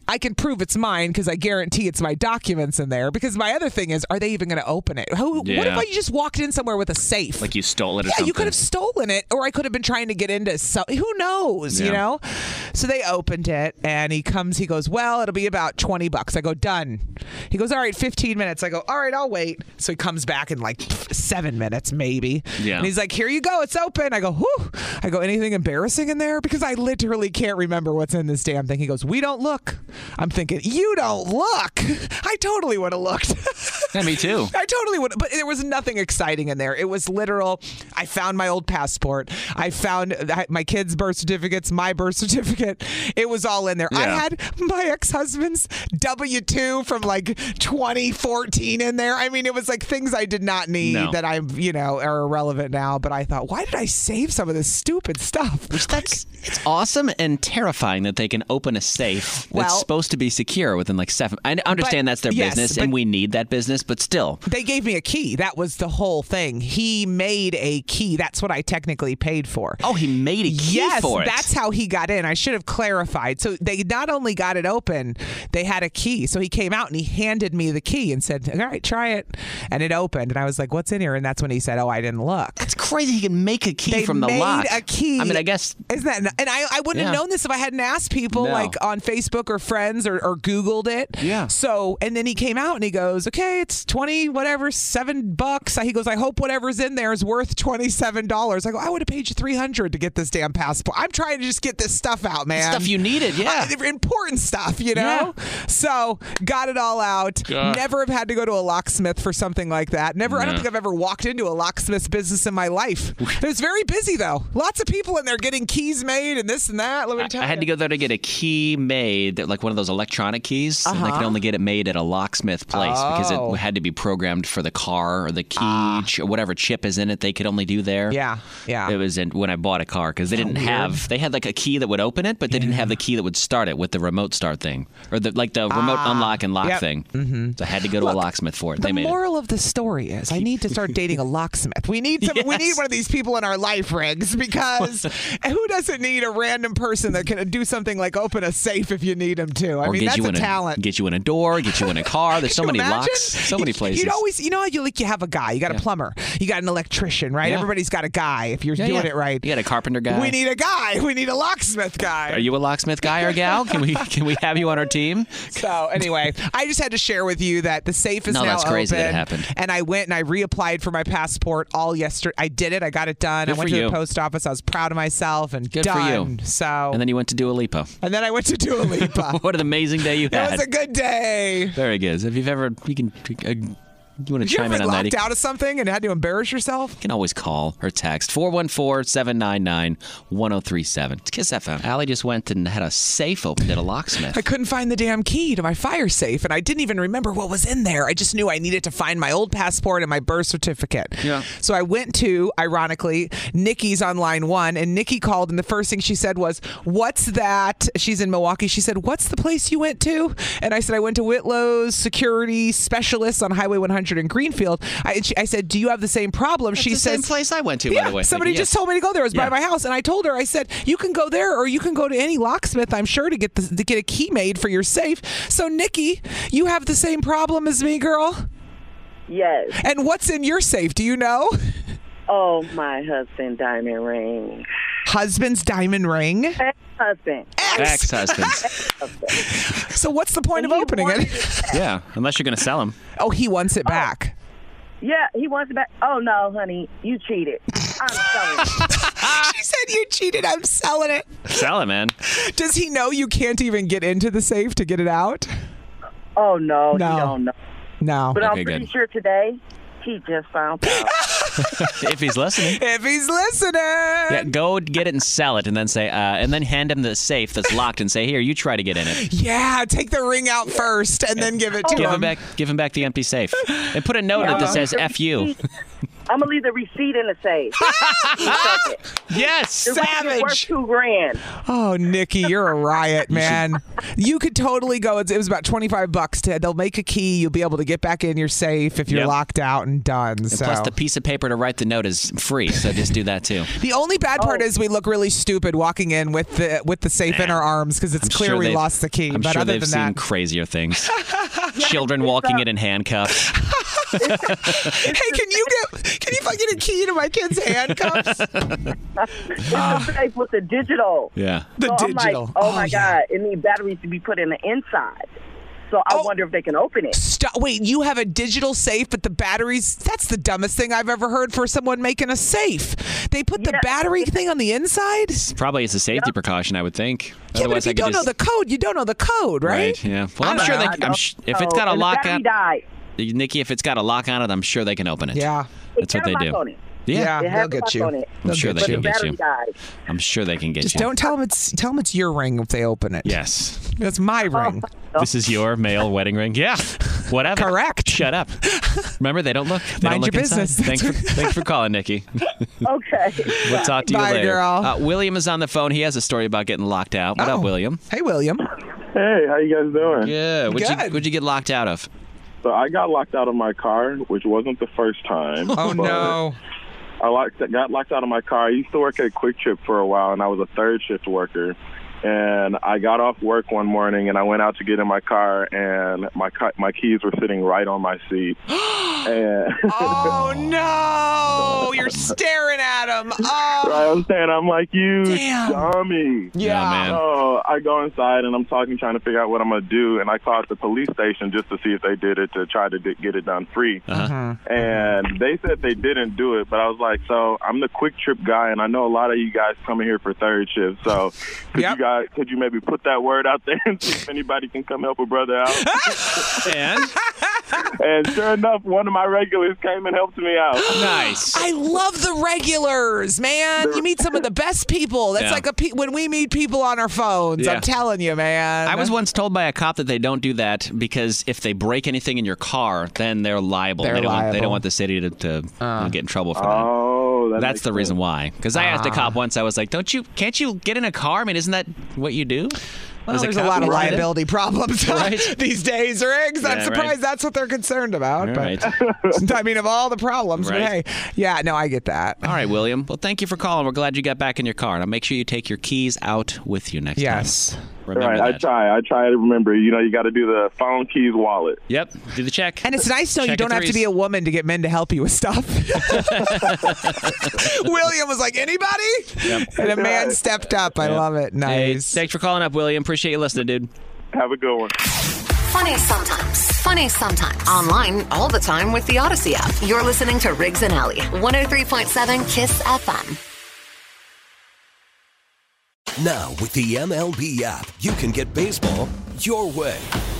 B: I can prove it's mine because I guarantee it's my documents in there. Because my other thing is, are they even going to open it? Who, What if
C: Yeah.
B: I just walked in somewhere with a safe?
C: Like you stole it or
B: yeah,
C: something.
B: you could have stolen it, or I could have been trying to get into so who knows, you
C: Yeah.
B: know? So they opened it and he comes, he goes, Well, it'll be about twenty bucks. I go, done. He goes, All right, fifteen minutes. I go, All right, I'll wait. So he comes back in like seven minutes, maybe.
C: Yeah.
B: And he's like, Here you go, it's open. I go, Whew. I go, anything embarrassing in there? Because I literally can't remember what's in this damn thing. He goes, We don't look. I'm thinking, You don't look. I totally would have looked.
C: Yeah, me too.
B: I totally would, but there was nothing exciting in there. It was literal. I found my old passport. I found that- my kids' birth certificates, my birth certificate. It was all in there. I
M: Yeah.
B: had my ex-husband's W two from like 2014 in there. I mean, it was like things I did not need
C: No.
B: that I'm, you know, are irrelevant now. But I thought, why did I save some of this stupid stuff?
C: that's it's awesome and terrifying that they can open a safe
B: Well-
C: that's supposed to be secure within like seven. I understand
B: But-
C: that's their
B: yes,
C: business
B: but-
C: and we need that business, but still,
B: They gave me a key. That was the whole thing. He made a key. That's what I technically paid for.
C: Oh, he made a key
B: yes,
C: for it.
B: that's how he got in. I should have clarified. So they not only got it open, they had a key. So he came out and he handed me the key and said, "All right, try it." And it opened, and I was like, "What's in here?" And that's when he said, "Oh, I didn't look." That's
C: crazy. He can make a key from the
B: made
C: lock.
B: A key.
C: I mean, I guess-
B: isn't that? And I, I wouldn't have
C: Yeah.
B: known this if I hadn't asked people
C: No.
B: like on Facebook or friends or, or Googled it. Yeah. So, and then he came out and he goes, okay, it's 20, whatever, seven bucks. He goes, I hope whatever's in there is worth $27. I go, I would have paid you 300 to get this damn passport. I'm trying to just get this stuff out, man.
C: stuff you needed, yeah.
B: Uh, important stuff, you know? So, got it all out.
C: God.
B: Never have had to go to a locksmith for something like that. Never, I don't
C: No.
B: think I've ever walked into a locksmith's business in my life. It was very busy, though. Lots of people in there getting keys made and this and that. Let me tell
C: I had to
B: you.
C: go there to get a key made, that- like one of those electronic keys, and they
B: Uh-huh.
C: could only get it made at a locksmith place because
B: Oh. Ah.
C: it had to be programmed for the car or the key ch- or whatever chip is in it. They could only do there.
B: Yeah, yeah.
C: It was in, when I bought a car because they didn't have. They had like a key that would open it, but they didn't have the key that would start it with the remote start thing or the like the remote
B: Ah,
C: unlock and lock
B: yep.
C: thing.
B: Mhm.
C: So I had to go to
B: Look,
C: a locksmith for it.
B: The
C: They made it.
B: moral of the story is I need to start dating a locksmith. We need some, we need one of these people in our life, Riggs, because who doesn't need a random person that can do something like open a safe if you need them to? I
C: or
B: mean,
C: get
B: that's
C: you
B: a
C: in
B: talent.
C: get you in a door, get you in a car. There's so
B: Can
C: many
B: you imagine?
C: locks, so many places.
B: You'd always, you know, how you like you have a guy, you got a plumber, you got an electrician, right?
C: Yeah.
B: Everybody's got a guy if you're
C: Yeah,
B: doing
C: yeah.
B: it right.
C: You got a carpenter guy.
B: We need a guy. We need a locksmith guy.
C: Are you a locksmith guy or gal? Can we can we have you on our team?
B: So anyway, I just had to share with you that the safe is
C: No,
B: now
C: that's crazy
B: open.
C: that it happened.
B: And I went and I reapplied for my passport all yesterday. I did it. I got it done.
C: Good
B: I went
C: for
B: to the
C: you.
B: post office. I was proud of myself and
C: Good for
B: done.
C: you.
B: So
C: and then you went to Dua Lipa.
B: and then I went to Dua Lipa.
C: what an amazing day you
B: That
C: had.
B: was a good day.
C: Very good. So if you've ever, you can, uh, you want to
B: Did you
C: chime in
B: ever
C: on that?
B: locked out of something and had to embarrass yourself?
C: You can always call or text 414-799-1037. It's oh Kiss FM. Allie just went and had a safe opened at a locksmith.
B: I couldn't find the damn key to my fire safe, and I didn't even remember what was in there. I just knew I needed to find my old passport and my birth certificate. Yeah. So I went to, ironically, Nikki's on line one, and Nikki called, and the first thing she said was, "What's that?" She's in Milwaukee. She said, "What's the place you went to?" And I said, "I went to Whitlow's security specialist on Highway 100 Orchard in Greenfield. I, she, I said, "Do you have the same problem?" she
C: the
B: says,
C: same place I went to, by
B: Yeah,
C: the way,
B: Somebody
C: Nikki,
B: just
C: yeah.
B: told me to go there. It was
C: Yeah.
B: by my house, and I told her, I said, "You can go there, or you can go to any locksmith. I'm sure to get the, to get a key made for your safe." So, Nikki, you have the same problem as me, girl.
M: Yes.
B: And what's in your safe? Do you know?
M: Oh, my husband diamond ring.
B: Husband's diamond ring.
M: Husband.
C: Ex husband.
B: So what's the point of opening it?
C: yeah, unless you're going to sell him.
B: Oh, he wants it back.
M: Yeah, he wants it back. Oh no, honey, you cheated. I'm sorry.
B: she said you cheated. I'm selling it.
C: Sell it, man.
B: Does he know you can't even get into the safe to get it out?
M: Oh no,
B: no,
M: don't know.
B: No.
M: But I'm pretty sure today he just found out.
C: if he's listening.
B: If he's listening.
C: Yeah, go get it and sell it, and then say, uh, and then hand him the safe that's locked, and say, "Here, you try to get in it."
B: Yeah, take the ring out first and then give it to
C: give
B: him.
C: him back, give him back the empty safe, and put a note in it that
M: Yeah.
C: says "F you."
M: I'm gonna leave the receipt in the safe. Fuck it.
C: Yes,
M: The receipt is worth
B: savage.
M: two grand.
B: Oh, Nikki, you're a riot, man. you could totally go. It's, it was about 25 bucks to they'll make a key, you'll be able to get back in your safe if you're
C: Yep.
B: locked out and done.
C: And
B: so
C: plus, the piece of paper to write the note is free, so just do that too.
B: The only bad
C: Oh.
B: part is we look really stupid walking in with the with the safe in our arms because it's
C: I'm
B: clear
C: sure
B: we
C: they've-
B: lost the key.
C: I'm
B: but
C: sure
B: other
C: they've
B: than
C: seen
B: that,
C: crazier things. Children walking in in handcuffs.
B: hey, can you get can you fucking get a key to my kid's handcuffs?
M: It's the safe with the digital.
C: Yeah.
M: so I'm like, oh, my god, it needs batteries to be put in the inside. So I wonder if they can open it.
B: Stop. Wait, you have a digital safe, but the batteries, that's the dumbest thing I've ever heard for someone making a safe. They put the battery thing on the inside?
C: Probably it's a safety precaution, I would think.
B: Yeah, but if you don't know the code, you don't know the code, right?
C: Yeah. Well, I'm
B: I
C: sure they.
B: don't
C: I'm
B: know.
C: sh- if it's got a
B: And the
C: lock
B: battery
C: on, Nikki, if it's got a lock on it, I'm sure they can open it.
B: Yeah.
C: That's what they do. Yeah,
M: It has a lock on it.
C: I'm sure they
M: But
C: can
M: the
C: get
M: battery
C: you.
M: died.
C: I'm sure they can get
B: Just
C: you.
B: don't tell them it's tell them it's your ring if they open it.
C: Yes.
B: That's my ring.
C: This is your male wedding ring. Yeah. Whatever.
B: Oh. Correct.
C: Shut up. Remember, they don't look. They don't
B: Mind
C: look
B: your
C: inside.
B: business.
C: Thanks for, thanks for calling, Nikki.
M: Okay.
C: We'll talk to you
B: Bye,
C: later.
B: girl. Oh.
C: Uh, William is on the phone. He has a story about getting locked out. What up, William?
B: Hey, William.
N: Hey, how you guys doing?
C: Yeah. What'd you, what'd you get locked out of?
N: So I got locked out of my car, which wasn't the first time.
C: Oh,
N: but
C: no.
N: I locked, got locked out of my car. I used to work at Quick Trip for a while, and I was a third shift worker. And I got off work one morning, and I went out to get in my car, and my ca- my keys were sitting right on my seat. and
B: oh no! You're staring at him. Oh.
N: Right, I'm saying I'm like you, dummy.
B: Yeah. Yeah, man.
N: So I go inside and I'm talking, trying to figure out what I'm gonna do, and I call the police station just to see if they did it to try to d- get it done free. And they said they didn't do it, but I was like, so I'm the quick trip guy, and I know a lot of you guys coming here for third shift. So could you guys, could you maybe put that word out there and see if anybody can come help a brother out?
C: and
N: and sure enough, one of my regulars came and helped me out.
C: Oh, Nice.
B: I love the regulars, man. You meet some of the best people. That's
C: Yeah.
B: like a pe- when we meet people on our phones.
C: Yeah.
B: I'm telling you, man.
C: I was once told by a cop that they don't do that because if they break anything in your car, then they're liable.
B: They're
C: they, don't Want, they
B: liable. Uh.
C: don't want the city to, to get in trouble for that.
N: Oh, that
C: That's the reason why. Because I asked a
B: Ah.
C: cop once, I was like, "Don't you? Can't you get in a car? I mean, isn't that what you do?"
B: Well,
C: As
B: there's a
C: cop,
B: lot of
C: you did it?
B: liability problems
C: Right.
B: these days, Riggs.
C: Yeah,
B: I'm
C: right.
B: surprised that's what they're concerned about.
C: Right.
B: But I mean, of all the problems,
C: Right.
B: but hey, yeah, no, I get that.
C: All right, William. Well, thank you for calling. We're glad you got back in your car. Now make sure you take your keys out with you next time. Yes. Remember
N: right, I
C: that.
N: try. I try to remember. You know, you got to do the phone keys wallet.
C: Yep. Do the check.
B: And it's nice to know you
N: Check of
B: don't have to
N: threes.
B: be a woman to get men to help you with stuff. William was like, anybody? And a man stepped up. I
C: Yep.
B: love it. Nice.
C: Hey, thanks for calling up, William. Appreciate you listening, dude.
N: Have a good one.
A: Funny sometimes. Funny sometimes. Online all the time with the Odyssey app. You're listening to Riggs and Alley, 103.7 Kiss FM.
O: Now, with the MLB app, you can get baseball your way.